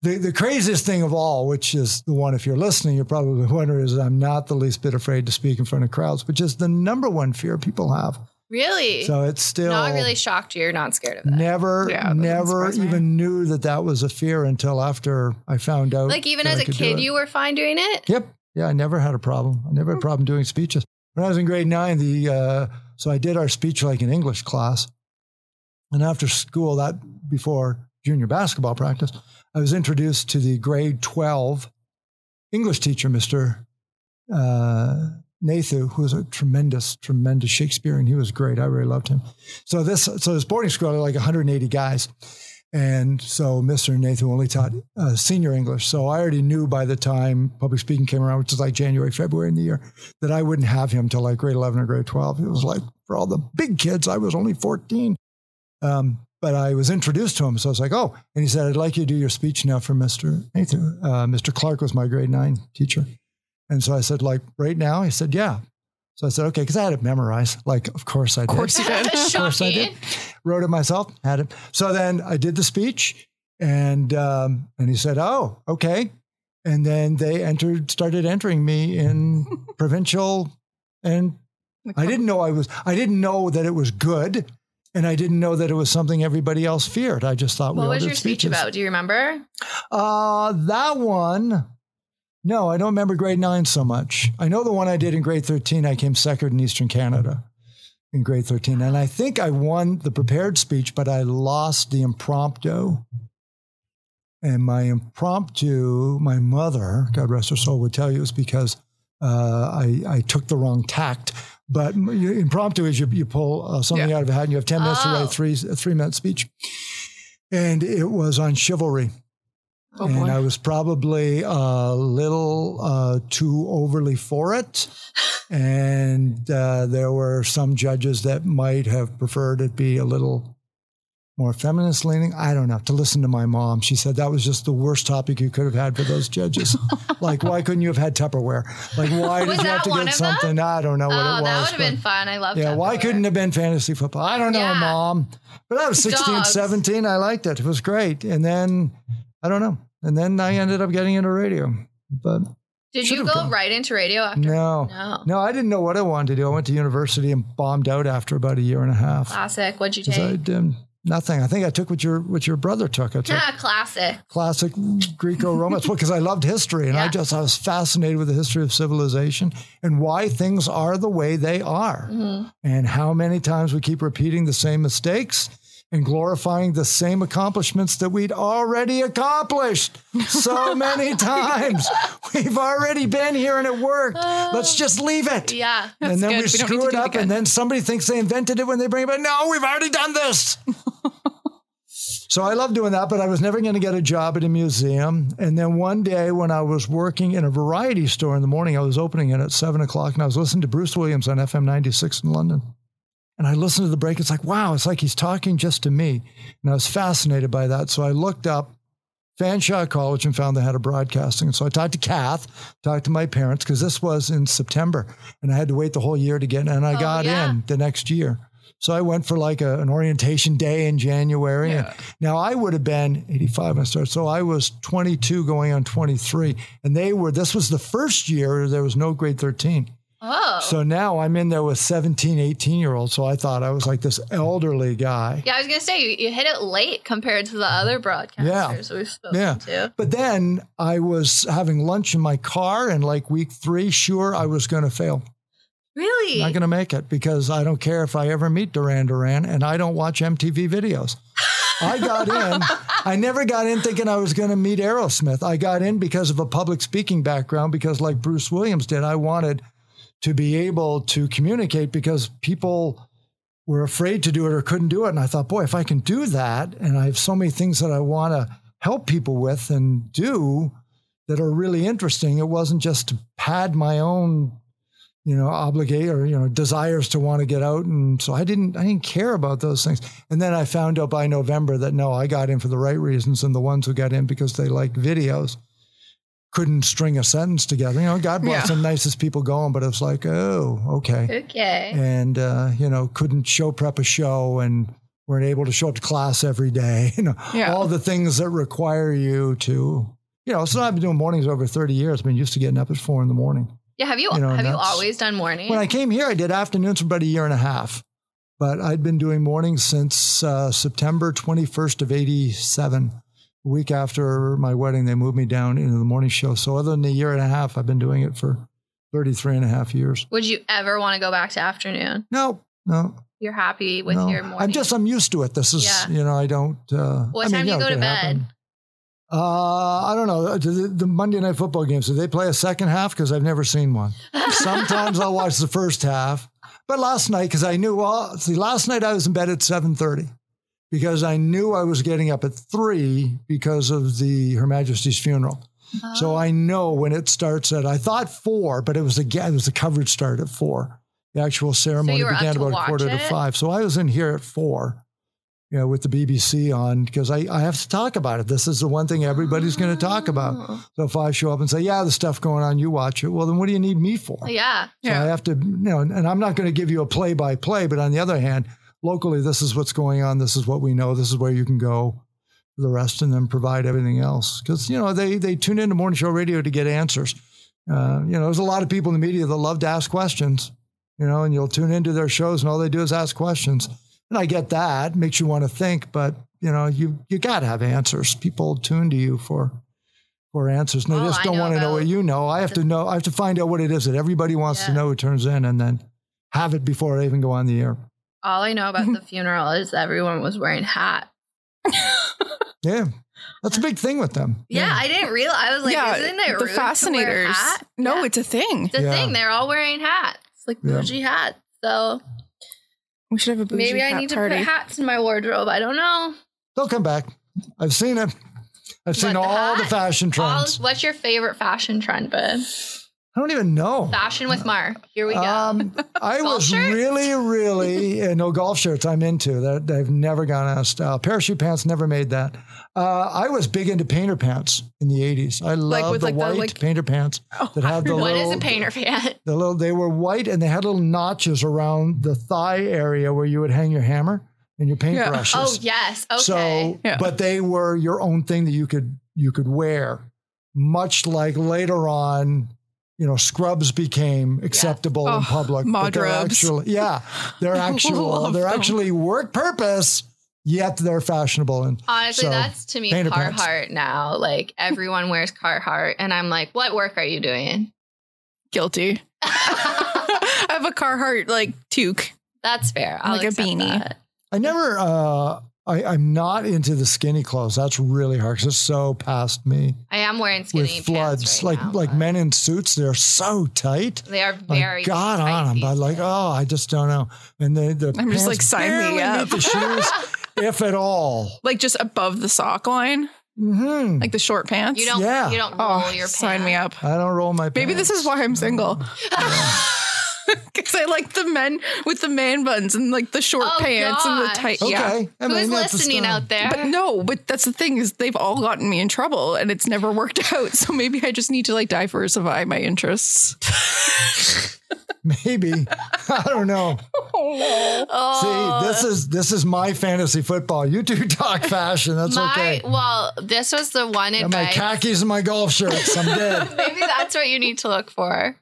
Speaker 3: The, the craziest thing of all, which is the one, if you're listening, you're probably wondering, is I'm not the least bit afraid to speak in front of crowds, which is the number one fear people have.
Speaker 1: Really?
Speaker 3: So it's still
Speaker 1: not Eh. really shocked you're not scared of that.
Speaker 3: never,
Speaker 2: Yeah, that doesn't
Speaker 3: never
Speaker 2: surprise me.
Speaker 3: even knew that that was a fear until after I found out.
Speaker 1: Like even
Speaker 3: that
Speaker 1: as
Speaker 3: I
Speaker 1: a
Speaker 3: could do
Speaker 1: kid,
Speaker 3: it.
Speaker 1: you were fine doing it.
Speaker 3: Yep. Yeah, I never had a problem. I never had a problem doing speeches. When I was in grade nine, the uh, so I did our speech like an English class, and after school, that before junior basketball practice, I was introduced to the grade twelve English teacher, Mister uh, Nathu, who was a tremendous, tremendous Shakespearean. He was great. I really loved him. So this, so this boarding school had like 180 guys, and so Mr. Nathu only taught uh, senior English. So I already knew by the time public speaking came around, which is like January, February in the year, that I wouldn't have him till like grade 11 or grade 12. It was like for all the big kids, I was only 14. Um, but I was introduced to him. So I was like, oh, and he said, I'd like you to do your speech now for Mr. Nathan. Uh, Mr. Clark was my grade nine teacher. And so I said, like, right now? He said, yeah. So I said, okay, because I had it memorized. Like, of course I did. Of
Speaker 2: course
Speaker 1: (laughs)
Speaker 2: you did.
Speaker 3: (laughs) Of course I did. Wrote it myself, had it. So then I did the speech and um, and he said, oh, okay. And then they entered, started entering
Speaker 1: (laughs)
Speaker 3: me in provincial and I didn't know I was I didn't know that it was good and I didn't know that it was something everybody else feared. I just thought we
Speaker 1: What
Speaker 3: all
Speaker 1: was
Speaker 3: did
Speaker 1: your speech
Speaker 3: speeches.
Speaker 1: about? Do you remember?
Speaker 3: Uh, that one. No, I don't remember grade nine so much. I know the one I did in grade 13, I came second in Eastern Canada in grade 13. And I think I won the prepared speech, but I lost the impromptu. And my impromptu, my mother, God rest her soul, would tell you it was because uh, I, I took the wrong tact. But m- you- impromptu is you, you pull uh, something
Speaker 2: Yeah.
Speaker 3: out of a hat and you have 10 minutes to
Speaker 1: Oh.
Speaker 3: write a three, a three minute speech. And it was on chivalry
Speaker 1: Oh
Speaker 3: and
Speaker 1: boy.
Speaker 3: I was probably a little uh, too overly
Speaker 1: (laughs)
Speaker 3: for it. and uh, there were some judges that might have preferred it be a little more feminist leaning. I don't know. To listen to my mom, she said that was just the worst topic you could have had for
Speaker 1: (laughs)
Speaker 3: those judges. like, why couldn't you have had Tupperware? Like, why
Speaker 1: Was
Speaker 3: did you
Speaker 1: that
Speaker 3: have to
Speaker 1: one
Speaker 3: get
Speaker 1: of them?
Speaker 3: something? I don't know what
Speaker 1: oh, that
Speaker 3: it was.
Speaker 1: would have
Speaker 3: but-
Speaker 1: been fun. I love
Speaker 3: yeah, why
Speaker 1: Tupperware.
Speaker 3: couldn't it have been fantasy football? I don't know,
Speaker 1: Yeah.
Speaker 3: mom. But I was 16,
Speaker 1: Dogs.
Speaker 3: 17. I liked it. It was great. And then I don't know. And then I ended up getting into radio. But
Speaker 1: Did you
Speaker 3: should've
Speaker 1: go
Speaker 3: gone.
Speaker 1: right into radio after?
Speaker 3: no,
Speaker 1: No.
Speaker 3: I didn't know what I wanted to do. I went to university and bombed out after about a year and a half.
Speaker 1: Classic. What'd you
Speaker 3: 'Cause I
Speaker 1: take?
Speaker 3: did nothing. I think I took what your what your brother took. I took
Speaker 1: Yeah, (laughs) classic.
Speaker 3: classic Greco-Roman. It's because I loved history, and I
Speaker 1: Yeah.
Speaker 3: just I was fascinated with the history of civilization and why things are the way they are,
Speaker 1: Mm-hmm.
Speaker 3: and how many times we keep repeating the same mistakes and glorifying the same accomplishments that we'd already accomplished so
Speaker 1: (laughs)
Speaker 3: many times. We've already been here and it worked. Let's just leave it.
Speaker 1: Yeah.
Speaker 2: (laughs)
Speaker 3: And
Speaker 2: good.
Speaker 3: then we
Speaker 2: We don't need
Speaker 3: screw
Speaker 2: to
Speaker 3: it
Speaker 2: do it
Speaker 3: up, and
Speaker 2: again.
Speaker 3: then somebody thinks they invented it when they bring it back. No, we've already
Speaker 2: (laughs)
Speaker 3: done this. so I love doing that, but I was never going to get a job at a museum. And then one day, when I was working in a variety store in the morning, I was opening it at seven o'clock, and I was listening to Bruce Williams on FM 96 in London. And I listened to the break. It's like, wow, it's like he's talking just to me. And I was fascinated by that. So I looked up Fanshawe College and found they had a broadcasting. And so I talked to Kath, talked to my parents, because this was in September and I had to wait the whole year to get in. And I
Speaker 1: Oh,
Speaker 3: got
Speaker 1: yeah.
Speaker 3: in the next year. So I went for like a, an orientation day in January. And now I would have been 85 when I started. So I was 22 going on 23. And they were, this was the first year there was no grade 13.
Speaker 1: Oh.
Speaker 3: So now I'm in there with 17, 18 year olds. So I thought I was like this elderly guy.
Speaker 1: yeah, I was gonna say you, you hit it late compared to the other broadcasters we've spoken
Speaker 3: Yeah.
Speaker 1: to.
Speaker 3: But then I was having lunch in my car, and like week three, sure, I was going to fail.
Speaker 1: Really?
Speaker 3: Not going to make it because I don't care if I ever meet Duran Duran and I don't watch MTV videos. I got in. I never got in thinking I was going to meet Aerosmith. I got in because of a public speaking background, because like Bruce Williams did, I wanted to be able to communicate because people were afraid to do it or couldn't do it. And I thought, boy, if I can do that, and I have so many things that I want to help people with and do that are really interesting, it wasn't just to pad my own you know, obligate or, you know, desires to want to get out. And so I didn't, I didn't care about those things. And then I found out by November that no, I got in for the right reasons. And the ones who got in because they liked videos couldn't string a sentence together. You know, God bless
Speaker 2: Yeah.
Speaker 3: them, nicest people going, but it was like, oh,
Speaker 1: (laughs)
Speaker 3: okay
Speaker 1: okay.
Speaker 3: and uh, you know couldn't show prep a show and weren't able to show up to class every day (laughs) you know
Speaker 2: Yeah.
Speaker 3: all the things that require you to you know so i've been doing mornings over 30 years been used to getting up at four in the morning
Speaker 1: Yeah, have you,
Speaker 3: You know,
Speaker 1: have you
Speaker 3: that's-
Speaker 1: always done morning?
Speaker 3: when i came here i did afternoons for about a year and a half but i'd been doing mornings since uh, september 21st of 87 a week after my wedding they moved me down into the morning show so other than a year and a half i've been doing it for 33 and a half years
Speaker 1: Would you ever want to go back to afternoon?
Speaker 3: no no
Speaker 1: You're happy with
Speaker 3: No,
Speaker 1: your morning. (laughs)
Speaker 3: I'm just I'm used to it. This is
Speaker 1: Yeah.
Speaker 3: you know I don't. Uh,
Speaker 1: What
Speaker 3: I
Speaker 1: time do you
Speaker 3: yeah,
Speaker 1: go
Speaker 3: it
Speaker 1: to
Speaker 3: could happen.
Speaker 1: bed?
Speaker 3: Uh, I don't know. The, the Monday night football games. Do they play a second half? Because I've never seen one. Sometimes I'll watch the first half, but last night because I knew. Well, see, last night I was in bed at seven thirty because I knew I was getting up at three because of the Her Majesty's funeral.
Speaker 1: Oh. Uh-huh.
Speaker 3: So I know when it starts at I thought four, but it was the ga- it was the coverage started at four. The actual ceremony
Speaker 1: you were up
Speaker 3: began
Speaker 1: to
Speaker 3: about a
Speaker 1: watch
Speaker 3: quarter to
Speaker 1: it?
Speaker 3: five. So I was in here at four you know, with the BBC on because I, I have to talk about it. This is the one thing everybody's going to talk about.
Speaker 1: Oh.
Speaker 3: So if I show up and say, yeah, the stuff going on, you watch it. Well, then what do you need me for?
Speaker 1: Oh, Yeah.
Speaker 3: So I
Speaker 2: Yeah.
Speaker 3: have to, you know, and, and I'm not going to give you a play by play, but on the other hand, locally, this is what's going on. This is what we know. This is where you can go for the rest and then provide everything else. Cause you know, they, they tune into morning show radio to get answers. Uh, you know, there's a lot of people in the media that love to ask questions, you know, and you'll tune into their shows and all they do is ask questions. And I get that makes you want to think, but you know, you, you gotta have answers. People tune to you for, for answers. And they
Speaker 1: All
Speaker 3: just
Speaker 1: Oh, I
Speaker 3: don't
Speaker 1: know
Speaker 3: want to know
Speaker 1: about
Speaker 3: what you know. I have to know, I have to find out what it is that everybody wants to
Speaker 1: Yeah.
Speaker 3: know who turns in and then have it before I even go on the air.
Speaker 1: All I know
Speaker 3: (laughs)
Speaker 1: about the funeral is everyone was wearing hat.
Speaker 3: Yeah. That's a big thing with them.
Speaker 1: Yeah, I didn't realize. I was like, isn't it
Speaker 2: the
Speaker 1: rude To wear a
Speaker 2: fascinators.
Speaker 1: hat?
Speaker 2: No,
Speaker 1: Yeah.
Speaker 2: it's a thing.
Speaker 1: the
Speaker 3: Yeah.
Speaker 1: thing. They're all wearing hats, like
Speaker 3: Yeah.
Speaker 1: bougie hats. So
Speaker 2: We should have a bougie
Speaker 1: maybe I
Speaker 2: hat
Speaker 1: need
Speaker 2: party.
Speaker 1: to put hats in my wardrobe. I don't know.
Speaker 3: They'll come back. I've seen it. I've seen
Speaker 1: the
Speaker 3: all the
Speaker 1: hat?
Speaker 3: fashion
Speaker 1: All,
Speaker 3: trends.
Speaker 1: what's your favorite fashion trend, bud?
Speaker 3: I don't even know.
Speaker 1: Fashion with Mar. Here we go. (laughs)
Speaker 3: Um, I
Speaker 1: Golf
Speaker 3: was
Speaker 1: shirts? (laughs)
Speaker 3: really, really uh, no golf shirts. I'm into that. They've never gone out of style. uh, Parachute pants never made that. Uh, I was big into painter pants in the '80s. I loved
Speaker 2: with,
Speaker 3: the
Speaker 2: like, the,
Speaker 3: white
Speaker 2: like-
Speaker 3: painter pants that had the
Speaker 1: what is
Speaker 3: little.
Speaker 1: a painter fan?
Speaker 3: The little they were white and they had little notches around the thigh area where you would hang your hammer and your
Speaker 2: Yeah.
Speaker 3: paintbrushes.
Speaker 1: Oh yes. Okay.
Speaker 3: So,
Speaker 2: Yeah.
Speaker 3: but they were your own thing that you could you could wear, much like later on, you know, scrubs became acceptable in
Speaker 2: Oh,
Speaker 3: public. but they're
Speaker 2: modrobes.
Speaker 3: actually, yeah,
Speaker 2: (laughs)
Speaker 3: they're actual.
Speaker 2: Love
Speaker 3: they're
Speaker 2: them.
Speaker 3: actually work purpose, yet they're fashionable. And
Speaker 1: Honestly,
Speaker 3: so,
Speaker 1: that's to me
Speaker 3: painter
Speaker 1: Carhartt
Speaker 3: pants.
Speaker 1: now. Like everyone wears Carhartt, and I'm like, what work are you doing? (laughs)
Speaker 2: Guilty. (laughs) I have a Carhartt like toque.
Speaker 1: That's fair. I'll
Speaker 2: Like a
Speaker 1: accept
Speaker 2: beanie.
Speaker 1: that.
Speaker 3: I never. Uh, I, I'm not into the skinny clothes. That's really hard. 'cause it's so past me
Speaker 1: I am wearing skinny
Speaker 3: with floods.
Speaker 1: pants right
Speaker 3: like
Speaker 1: now,
Speaker 3: like
Speaker 1: but
Speaker 3: men in suits, they're so tight.
Speaker 1: They are
Speaker 3: I
Speaker 1: very
Speaker 3: got
Speaker 1: tight
Speaker 3: on them,
Speaker 1: these
Speaker 3: but like,
Speaker 1: days.
Speaker 3: oh, I just don't know. And the the
Speaker 2: I'm just
Speaker 3: pants
Speaker 2: like, sign me
Speaker 3: barely
Speaker 2: up.
Speaker 3: meet The
Speaker 2: (laughs)
Speaker 3: shoes, if at all.
Speaker 2: Like just above the sock line,
Speaker 3: hmm
Speaker 2: like the short pants.
Speaker 1: (laughs) you don't
Speaker 3: yeah.
Speaker 1: you don't roll
Speaker 2: oh,
Speaker 1: your pants.
Speaker 2: sign me up.
Speaker 3: I don't roll my.
Speaker 2: Maybe this is
Speaker 3: pants.
Speaker 2: why I'm
Speaker 3: (laughs)
Speaker 2: single. (laughs) Because I like the men with the man buns and like the short
Speaker 1: Oh,
Speaker 2: pants and the
Speaker 1: gosh.
Speaker 2: tight.
Speaker 3: Okay,
Speaker 2: Yeah.
Speaker 3: I
Speaker 1: Who's
Speaker 3: mean, that's the
Speaker 1: listening
Speaker 3: style.
Speaker 1: out there?
Speaker 2: But no, but that's the thing is they've all gotten me in trouble and it's never worked (laughs) out. So maybe I just need to like diversify my interests.
Speaker 1: (laughs)
Speaker 3: Maybe I don't know.
Speaker 1: Oh,
Speaker 3: (laughs) See, this is this is my fantasy football. You
Speaker 1: (laughs)
Speaker 3: two talk fashion. That's
Speaker 1: my
Speaker 3: okay.
Speaker 1: well, this was the one
Speaker 3: And my
Speaker 1: advice.
Speaker 3: khakis and my golf shirts.
Speaker 1: (laughs)
Speaker 3: I'm dead.
Speaker 1: Maybe that's what you need to look for.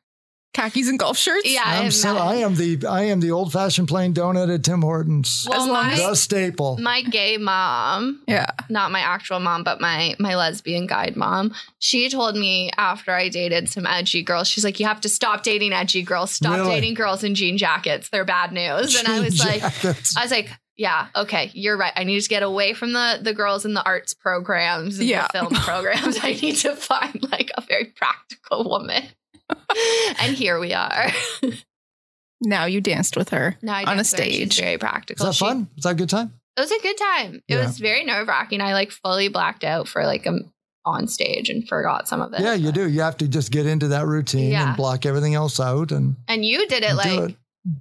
Speaker 2: Khakis and golf shirts.
Speaker 1: Yeah,
Speaker 3: I'm
Speaker 1: and
Speaker 3: so,
Speaker 1: that-
Speaker 3: I am the I am the old fashioned plain donut at Tim Hortons.
Speaker 1: well,
Speaker 2: as long
Speaker 1: my,
Speaker 2: as-
Speaker 3: the staple.
Speaker 1: my gay mom,
Speaker 2: Yeah.
Speaker 1: not my actual mom, but my my lesbian guide mom. She told me after I dated some edgy girls, she's like, "You have to stop dating edgy girls. Stop
Speaker 3: Really?
Speaker 1: dating girls in jean jackets. They're bad news." And I
Speaker 3: (laughs)
Speaker 1: was
Speaker 3: Jean
Speaker 1: like,
Speaker 3: jackets.
Speaker 1: I was like, yeah, okay, you're right. I need to get away from the the girls in the arts programs and
Speaker 2: Yeah.
Speaker 1: the
Speaker 3: (laughs)
Speaker 1: film programs. I need to find like a very practical
Speaker 3: (laughs)
Speaker 1: woman. and here we are.
Speaker 2: Now you danced with her.
Speaker 1: Now I
Speaker 2: On a
Speaker 1: just learned she's
Speaker 2: stage.
Speaker 1: very
Speaker 3: is
Speaker 1: practical.
Speaker 3: that
Speaker 1: She-
Speaker 3: fun? Is that a good time?
Speaker 1: It was a good time. It
Speaker 3: Yeah.
Speaker 1: was very nerve wracking. I like fully blacked out for like a on stage and forgot some of it.
Speaker 3: Yeah, you do. You have to just get into that routine
Speaker 1: Yeah.
Speaker 3: and block everything else out. And
Speaker 1: And you did it
Speaker 3: Do
Speaker 1: like
Speaker 3: it.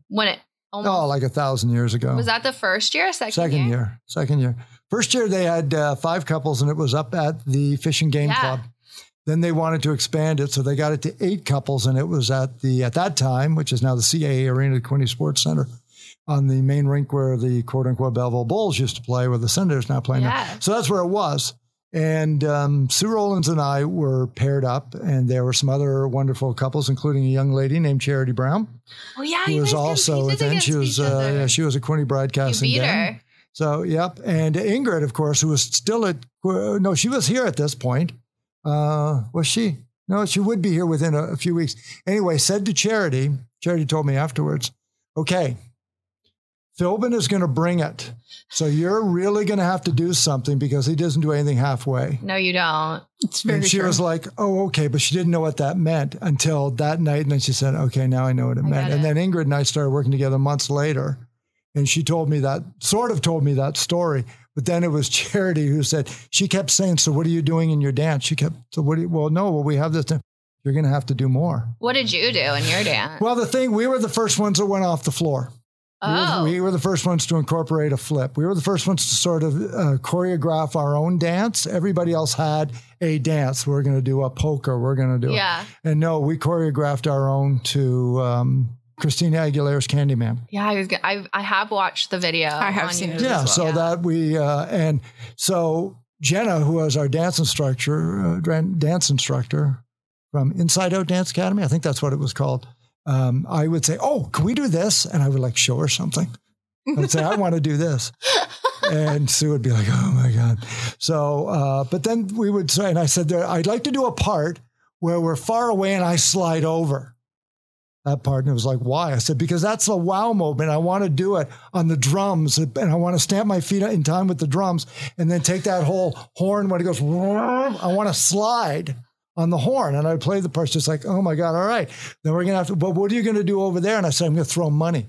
Speaker 1: when it almost
Speaker 3: oh, like a thousand years ago.
Speaker 1: was that the first year, or second,
Speaker 3: second year? Second year. First year they had uh, five couples, and it was up at the Fish and Game
Speaker 1: Yeah.
Speaker 3: Club. Then they wanted to expand it, so they got it to eight couples, and it was at the at that time, which is now the CAA Arena, the Quincy Sports Center, on the main rink where the quote unquote Belleville Bulls used to play, where the Senators now play. now.
Speaker 1: Yeah.
Speaker 3: So that's where it was. And um, Sue Rollins and I were paired up, and there were some other wonderful couples, including a young lady named Charity Brown,
Speaker 1: Oh yeah,
Speaker 3: who
Speaker 1: you
Speaker 3: was
Speaker 1: guys
Speaker 3: also
Speaker 1: competed
Speaker 3: then she
Speaker 1: against
Speaker 3: was
Speaker 1: each
Speaker 3: uh,
Speaker 1: other.
Speaker 3: yeah, she was a Quinny
Speaker 1: you
Speaker 3: broadcasting
Speaker 1: beat
Speaker 3: gang.
Speaker 1: her.
Speaker 3: So, yep. And Ingrid, of course, who was still at, no, she was here at this point. Uh, was she? No, she would be here within a, a few weeks. Anyway, said to Charity, Charity told me afterwards, okay, Philbin is going to bring it. So you're really going to have to do something because he doesn't do anything halfway.
Speaker 1: No, you don't.
Speaker 2: It's very
Speaker 3: and she
Speaker 2: true.
Speaker 3: was like, oh, okay. But she didn't know what that meant until that night. And then she said, okay, now I know what it
Speaker 1: I
Speaker 3: meant.
Speaker 1: got
Speaker 3: And
Speaker 1: it.
Speaker 3: then Ingrid and I started working together months later. And she told me that, sort of told me that story. But then it was (laughs) Charity who said, she kept saying, so what are you doing in your dance? She kept, so what do you, well, no, well, we have this. thing. You're going to have to do more.
Speaker 1: What did you do in your dance?
Speaker 3: Well, the thing, we were the first ones that went off the floor. We were-
Speaker 1: Oh.
Speaker 3: We, were the first ones to incorporate a flip. We were the first ones to sort of uh, choreograph our own dance. Everybody else had a dance. We're going to do a polka. We're going to do
Speaker 1: Yeah.
Speaker 3: it. And no, we choreographed our own to um, Christina Aguilera's Candyman.
Speaker 1: Yeah, I was. Gonna, I I have watched the video.
Speaker 2: I have
Speaker 1: on
Speaker 2: seen it
Speaker 1: YouTube
Speaker 2: as
Speaker 3: Yeah.
Speaker 1: as
Speaker 3: So
Speaker 1: well.
Speaker 3: that we, uh, and so Jenna, who was our dance instructor, uh, dran- dance instructor from Inside Out Dance Academy, I think that's what it was called. Um, I would say, Oh, can we do this? And I would like show her something. I would say, I want to do this. And Sue would be like, Oh my God. So, uh, but then we would say, and I said, there, I'd like to do a part where we're far away and I slide over. That part. And it was like, why? I said, because that's a wow moment. I want to do it on the drums and I want to stamp my feet in time with the drums and then take that whole horn when it goes, I want to slide on the horn. And I play the parts just like, oh my God, all right. Then we're going to have to, but what are you going to do over there? And I said, I'm going to throw money.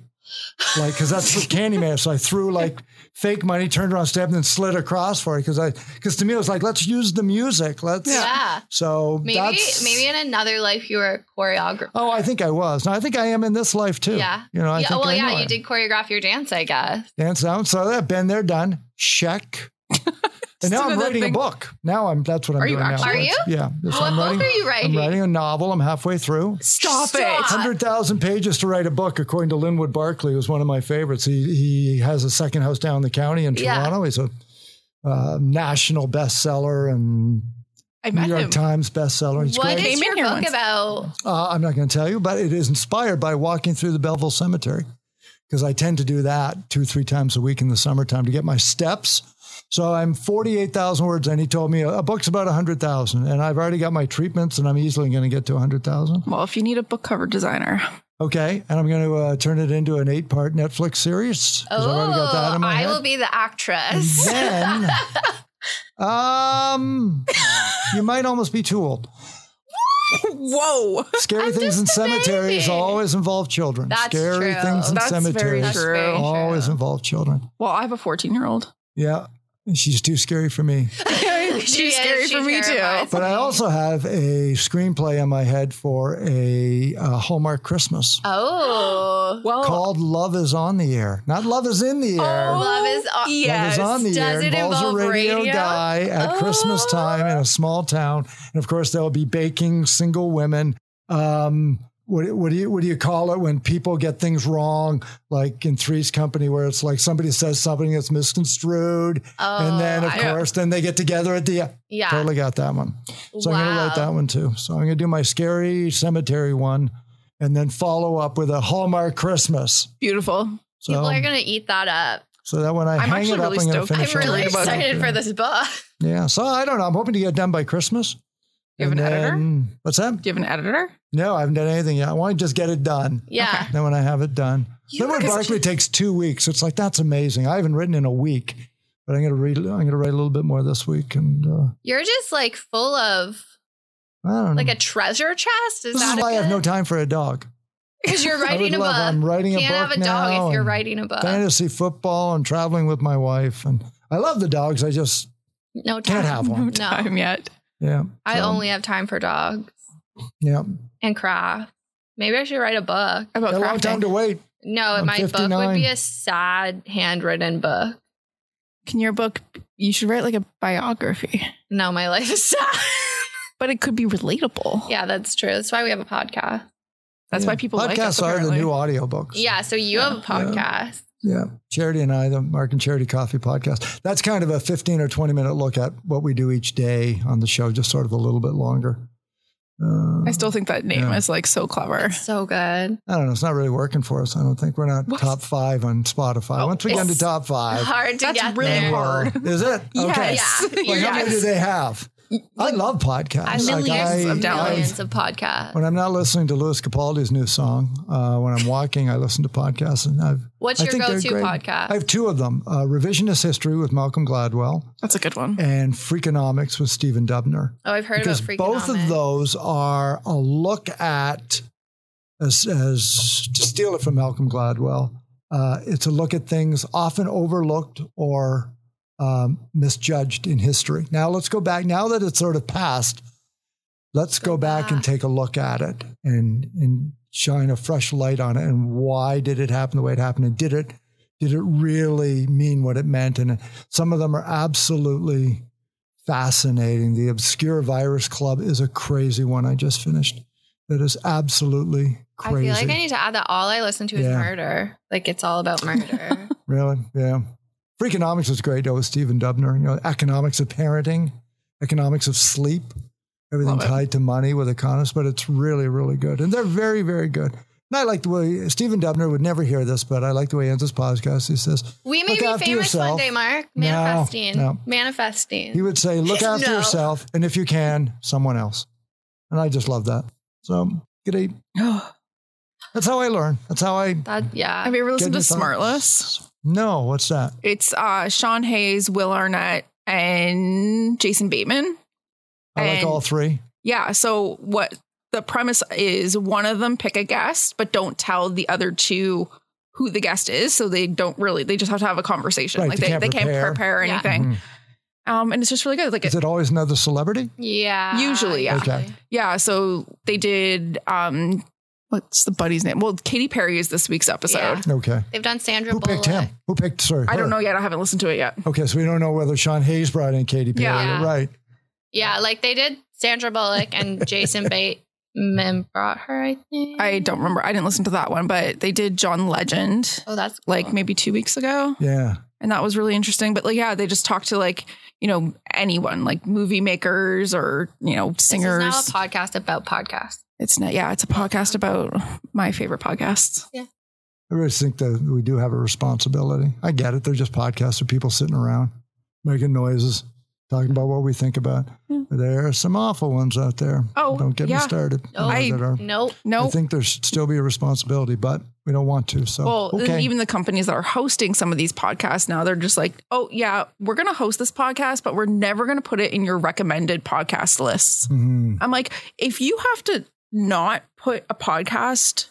Speaker 3: Like, because that's the candy man. So I threw like fake money, turned around, stabbed, and then slid across for it. Because I, because to me, it was like, let's use the music. Let's,
Speaker 1: yeah.
Speaker 3: so
Speaker 1: Maybe
Speaker 3: that's,
Speaker 1: maybe in another life you were a choreographer.
Speaker 3: Oh, I think I was. No, I think I am in this life too.
Speaker 1: Yeah.
Speaker 3: You know, I
Speaker 1: yeah.
Speaker 3: think
Speaker 1: Well,
Speaker 3: I know
Speaker 1: yeah.
Speaker 3: I
Speaker 1: You
Speaker 3: am.
Speaker 1: did choreograph your dance, I guess.
Speaker 3: Dance down. So that been there, done.
Speaker 1: (laughs)
Speaker 3: Check. and now I'm
Speaker 2: another
Speaker 3: writing
Speaker 2: thing.
Speaker 3: a book. Now I'm. That's what I'm
Speaker 2: Are you
Speaker 3: doing now.
Speaker 2: actually-
Speaker 1: Are you?
Speaker 3: Yeah. So
Speaker 1: what (gasps)
Speaker 3: I'm
Speaker 1: book
Speaker 3: writing.
Speaker 1: are you
Speaker 3: I'm
Speaker 1: writing?
Speaker 3: writing a novel. I'm halfway through.
Speaker 2: Stop,
Speaker 1: Stop.
Speaker 2: it.
Speaker 3: Hundred thousand pages to write a book, according to Linwood Barkley, who's one of my favorites. He he has a second house down in the county in
Speaker 1: Yeah.
Speaker 3: Toronto. He's a uh, national bestseller and
Speaker 2: I
Speaker 3: New
Speaker 2: met
Speaker 3: York
Speaker 2: him.
Speaker 3: Times bestseller. He's
Speaker 1: What
Speaker 3: great.
Speaker 2: Came
Speaker 1: is
Speaker 2: in
Speaker 1: your
Speaker 2: here
Speaker 1: book
Speaker 2: once.
Speaker 1: about?
Speaker 3: Uh, I'm not going to tell you, but it is inspired by walking through the Belleville Cemetery because I tend to do that two, three times a week in the summertime to get my steps. So I'm 48,000 words, and he told me a, a book's about 100,000, and I've already got my treatments, and I'm easily going to get to 100,000.
Speaker 2: Well, if you need a book cover designer,
Speaker 3: Okay, and I'm going to uh, turn it into an eight-part Netflix series because I've already got that
Speaker 1: Oh,
Speaker 3: in my
Speaker 1: I
Speaker 3: head.
Speaker 1: will be the
Speaker 3: And
Speaker 1: actress. (gasps)
Speaker 3: (laughs) then,
Speaker 1: (laughs)
Speaker 3: um, you might almost be too old.
Speaker 2: (laughs) whoa,
Speaker 3: Scary things in cemeteries
Speaker 1: amazing.
Speaker 3: always involve children.
Speaker 1: That's
Speaker 3: Scary
Speaker 1: true.
Speaker 3: things in
Speaker 2: that's
Speaker 3: cemeteries.
Speaker 2: very
Speaker 1: That's
Speaker 2: true.
Speaker 1: very-
Speaker 3: always involve children.
Speaker 2: Well, I have a 14 year (laughs) old.
Speaker 3: Yeah. She's too scary for me.
Speaker 2: She's
Speaker 1: She is,
Speaker 2: scary
Speaker 1: she
Speaker 2: for me too.
Speaker 1: terrifies
Speaker 3: But I
Speaker 1: me.
Speaker 3: also have a screenplay in my head for a, uh Hallmark Christmas
Speaker 1: Oh,
Speaker 2: Well,
Speaker 3: called Love is on the Air. Not Love is in the Air.
Speaker 2: Oh,
Speaker 1: love is on.
Speaker 2: yes.
Speaker 3: Love is on the
Speaker 1: Does
Speaker 3: air.
Speaker 1: it
Speaker 3: involves
Speaker 1: involve
Speaker 3: a radio,
Speaker 1: radio?
Speaker 3: guy at
Speaker 1: Oh.
Speaker 3: Christmas time in a small town, and of course they'll be baking single women. Um, what, what do you what do you call it when people get things wrong, like in Three's Company, where it's like somebody says something that's misconstrued,
Speaker 1: Oh,
Speaker 3: and then of
Speaker 1: I-
Speaker 3: course then they get together at the
Speaker 1: yeah.
Speaker 3: Totally got that one. So I'm going to
Speaker 1: Wow.
Speaker 3: write that one too. So I'm going to do my scary cemetery one, and then follow up with a Hallmark Christmas.
Speaker 2: beautiful.
Speaker 3: So
Speaker 1: People are gonna eat that up.
Speaker 3: so that when I
Speaker 2: I'm
Speaker 3: hang
Speaker 2: actually
Speaker 3: it up,
Speaker 2: really
Speaker 3: I'm going to
Speaker 2: stoked. I'm
Speaker 3: finish.
Speaker 1: I'm
Speaker 3: all
Speaker 1: really
Speaker 3: that
Speaker 2: read about
Speaker 3: stuff.
Speaker 2: it.
Speaker 1: excited for this book. (laughs)
Speaker 3: Yeah. So I don't know. I'm hoping to get done by Christmas.
Speaker 2: You have
Speaker 3: And
Speaker 2: an editor?
Speaker 3: then- What's that?
Speaker 2: Do you have an editor?
Speaker 3: No, I haven't done anything yet. I want to just get it done.
Speaker 1: Yeah.
Speaker 3: Then when I have it done,
Speaker 1: You
Speaker 3: Linwood
Speaker 1: are-
Speaker 3: Barkley takes two weeks. It's like that's amazing. I haven't written in a week, but I'm going to read. I'm going to write a little bit more this week, and uh,
Speaker 1: You're just like full of
Speaker 3: I don't know.
Speaker 1: like a treasure chest. Is
Speaker 3: Mm. this is
Speaker 1: that
Speaker 3: why I
Speaker 1: (laughs)
Speaker 3: have no time for a dog.
Speaker 1: Because you're
Speaker 3: (laughs) I
Speaker 1: writing a
Speaker 3: would love-
Speaker 1: book.
Speaker 3: I'm writing
Speaker 1: You
Speaker 3: a
Speaker 1: can't have
Speaker 3: book
Speaker 1: a
Speaker 3: now
Speaker 1: dog if you're
Speaker 3: and
Speaker 1: writing a book.
Speaker 3: fantasy football and traveling with my wife. And I love the dogs. I just
Speaker 1: no time.
Speaker 3: can't have
Speaker 2: No
Speaker 3: one.
Speaker 2: time yet.
Speaker 3: Yeah.
Speaker 1: I
Speaker 3: So,
Speaker 1: only have time for dogs
Speaker 3: Yeah.
Speaker 1: and craft. Maybe I should write a book.
Speaker 2: About
Speaker 3: A long
Speaker 2: crafting.
Speaker 3: time to wait.
Speaker 1: No,
Speaker 3: I'm
Speaker 1: my book
Speaker 3: 59.
Speaker 1: would be a sad handwritten book.
Speaker 2: Can your book? You should write like a biography,
Speaker 1: No, my (laughs) life is sad.
Speaker 2: but it could be relatable.
Speaker 1: yeah, that's true. That's why we have a podcast.
Speaker 2: That's
Speaker 3: Yeah.
Speaker 2: why people like us,
Speaker 3: podcasts are the
Speaker 2: apparently.
Speaker 3: new audiobooks.
Speaker 1: Yeah, so you have a podcast.
Speaker 3: Yeah. Charity and I, the Mark and Charity Coffee podcast. That's kind of a 15 or 20 minute look at what we do each day on the show, just sort of a little bit longer. Uh,
Speaker 2: I still think that name
Speaker 3: Yeah.
Speaker 2: is like so clever.
Speaker 1: So good.
Speaker 3: I don't know. It's not really working for us. I don't think we're not
Speaker 2: What?
Speaker 3: top five on Spotify.
Speaker 2: Oh,
Speaker 3: Once we get into
Speaker 2: it's
Speaker 3: top five,
Speaker 1: Hard to
Speaker 2: That's
Speaker 1: get
Speaker 2: really
Speaker 1: there.
Speaker 2: hard.
Speaker 3: (laughs) Is it? Okay.
Speaker 2: Yes. (laughs)
Speaker 1: Yeah.
Speaker 3: Like, how many do they have? I love podcasts.
Speaker 1: I
Speaker 3: Like,
Speaker 1: millions of
Speaker 2: of downloads.
Speaker 1: millions of podcasts.
Speaker 3: When I'm not listening to Louis Capaldi's new song, uh, when I'm walking, I listen to podcasts, and I've
Speaker 1: What's
Speaker 3: I
Speaker 1: your
Speaker 3: think they're
Speaker 1: go-to
Speaker 3: great. I
Speaker 1: podcast?
Speaker 3: have two of them: uh, Revisionist History with Malcolm Gladwell
Speaker 2: That's a good (gasps) one.
Speaker 3: and Freakonomics with Stephen Dubner,
Speaker 1: oh, I've heard
Speaker 3: because
Speaker 1: about Freakonomics.
Speaker 3: both of those are a look at, as, as to steal it from Malcolm Gladwell, uh, it's a look at things often overlooked or um, misjudged in history. Now let's go back. Now that it's sort of past, let's go,
Speaker 1: Go
Speaker 3: back, and
Speaker 1: back.
Speaker 3: take a look at it and and shine a fresh light on it and why did it happen the way it happened and did it did it really mean what it meant and some of them are absolutely fascinating the obscure virus club is a crazy one i just finished that is absolutely
Speaker 1: I feel
Speaker 3: crazy
Speaker 1: like I need to add that all I listen to is
Speaker 3: Yeah.
Speaker 1: murder. Like it's all
Speaker 3: (laughs)
Speaker 1: about murder.
Speaker 3: Really? Yeah. Freakonomics was great though with Stephen Dubner. You know, economics of parenting, economics of sleep, everything
Speaker 2: Love it.
Speaker 3: tied to money with economists, but it's really, really good. And they're very, very good. And I like the way Stephen Dubner would never hear this, but I like the way he ends his podcast. He says,
Speaker 1: we may
Speaker 3: Look
Speaker 1: be
Speaker 3: after
Speaker 1: famous
Speaker 3: yourself.
Speaker 1: one day, Mark.
Speaker 3: No,
Speaker 1: Manifesting.
Speaker 3: no.
Speaker 1: Manifesting.
Speaker 3: he would say, look after
Speaker 1: No.
Speaker 3: yourself. And if you can, someone else. And I just love that. So good eight. That's how I learn. That's how I
Speaker 2: Hmm.
Speaker 1: that yeah.
Speaker 2: Have you ever listened
Speaker 3: get
Speaker 2: to
Speaker 3: new thoughts.
Speaker 2: Smartless?
Speaker 3: No, what's that?
Speaker 2: It's uh, Sean Hayes, Will Arnett, and Jason Bateman.
Speaker 3: I like
Speaker 2: And-
Speaker 3: all three.
Speaker 2: Yeah. So what the premise is one of them pick a guest, but don't tell the other two who the guest is. So they don't really, they just have to have a conversation.
Speaker 3: Right,
Speaker 2: like
Speaker 3: they
Speaker 2: they,
Speaker 3: can't
Speaker 2: they can't
Speaker 3: prepare.
Speaker 2: prepare
Speaker 1: Yeah.
Speaker 2: anything.
Speaker 3: Mhm.
Speaker 2: Um, and it's just really good. Like,
Speaker 3: Is
Speaker 2: it,
Speaker 3: it always another celebrity?
Speaker 1: yeah.
Speaker 2: Usually, yeah.
Speaker 3: Okay.
Speaker 2: yeah. So they did, um, what's the buddy's name? Well, Katy Perry is this week's episode.
Speaker 1: Yeah.
Speaker 3: Okay.
Speaker 1: They've done Sandra
Speaker 3: Who
Speaker 1: Bullock.
Speaker 3: picked him? Who picked, sorry.
Speaker 2: I
Speaker 3: her?
Speaker 2: don't know yet. I haven't listened to it yet.
Speaker 3: Okay, so we don't know whether Sean Hayes brought in Katy Perry.
Speaker 2: Yeah.
Speaker 3: You're right.
Speaker 1: Yeah, like they did Sandra Bullock
Speaker 2: (laughs)
Speaker 1: and Jason Bateman brought her, I think.
Speaker 2: I don't remember. I didn't listen to that one, but they did John Legend
Speaker 1: Oh, that's cool.
Speaker 2: like maybe two weeks ago.
Speaker 3: Yeah.
Speaker 2: and that was really interesting. But like, yeah, they just talk to like you know anyone, like movie makers or you know singers.
Speaker 1: This is now a podcast about podcasts.
Speaker 2: it's not, yeah, it's a podcast about my favorite podcasts.
Speaker 3: I really think that we do have a responsibility. I get it. They're just podcasts of people sitting around making noises, talking about what we think about.
Speaker 2: Yeah.
Speaker 3: There are some awful ones out there.
Speaker 2: Oh,
Speaker 3: don't get me
Speaker 2: yeah.
Speaker 3: started.
Speaker 1: Oh,
Speaker 3: I,
Speaker 2: I-
Speaker 3: that are,
Speaker 1: Nope.
Speaker 2: No,
Speaker 3: I think there should still be a responsibility, but we don't want to. So,
Speaker 2: well, and
Speaker 3: okay.
Speaker 2: even the companies that are hosting some of these podcasts now, they're just like, oh yeah, we're gonna host this podcast, but we're never gonna put it in your recommended podcast lists.
Speaker 3: Mhm.
Speaker 2: I'm like, if you have to not put a podcast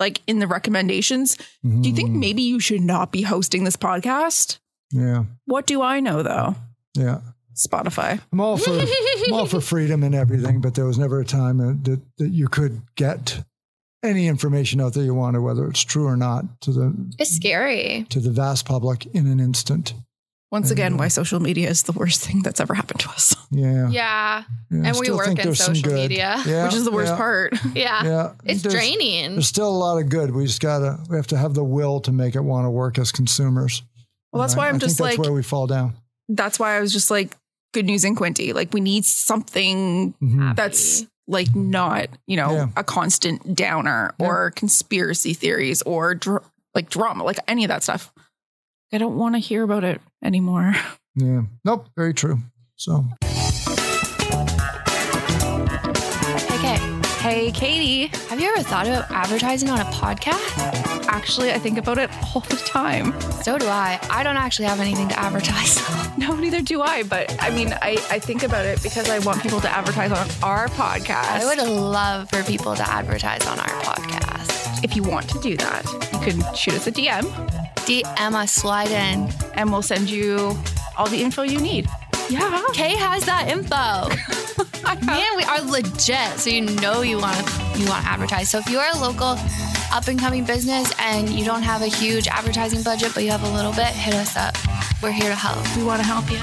Speaker 2: like in the recommendations, do you think
Speaker 3: Mhm.
Speaker 2: maybe you should not be hosting this podcast?
Speaker 3: Yeah.
Speaker 2: What do I know though?
Speaker 3: Yeah.
Speaker 2: Spotify.
Speaker 3: I'm all for
Speaker 1: (laughs)
Speaker 2: (laughs)
Speaker 3: I'm all for freedom and everything, but there was never a time that, that, that you could get any information out there you wanted, whether it's true or not, to the
Speaker 1: It's scary.
Speaker 3: to the vast public in an instant.
Speaker 2: Once again, why social media is the worst thing that's ever happened to us, (laughs)
Speaker 1: Yeah.
Speaker 3: Yeah, Yeah, I
Speaker 1: And we
Speaker 3: still
Speaker 1: work
Speaker 3: think
Speaker 1: in
Speaker 3: there's some
Speaker 1: social
Speaker 3: good.
Speaker 1: media. (laughs)
Speaker 3: Yeah,
Speaker 2: which is the worst
Speaker 3: yeah,
Speaker 2: part.
Speaker 1: Yeah.
Speaker 3: Yeah,
Speaker 1: It's
Speaker 3: There's-
Speaker 1: draining.
Speaker 3: There's still a lot of good. We just gotta we have to have the will to make it want to work as consumers.
Speaker 2: Well, that's
Speaker 3: And I-
Speaker 2: why I'm
Speaker 3: I
Speaker 2: just
Speaker 3: think
Speaker 2: like-
Speaker 3: that's where we fall down.
Speaker 2: That's why I was just like, good news in Quinty. Like, we need something
Speaker 3: Mhm.
Speaker 2: that's like not, you know,
Speaker 3: Yeah.
Speaker 2: a constant downer
Speaker 3: Yeah.
Speaker 2: or conspiracy theories or dr- like drama, like any of that stuff. I don't want to hear about it anymore.
Speaker 3: Yeah. Nope. Very true. So
Speaker 1: Okay. Hey, Katie, have you ever thought about advertising on a podcast?
Speaker 2: Actually, I think about it all the time. (laughs)
Speaker 1: So do I. I don't actually have anything to advertise on.
Speaker 2: No, neither do I. But I mean, I, I think about it because I want people to advertise on our podcast.
Speaker 1: I would love for people to advertise on our podcast.
Speaker 2: if you want to do that, you can shoot us a DM
Speaker 1: DM us, slide in.
Speaker 2: and we'll send you all the info you need. Yeah.
Speaker 1: Kay has that (laughs) info. Man, we are legit. So you know you want to you want to advertise. So if you are a local up and coming business and you don't have a huge advertising budget, but you have a little bit, hit us up. We're here to help.
Speaker 2: We want to help you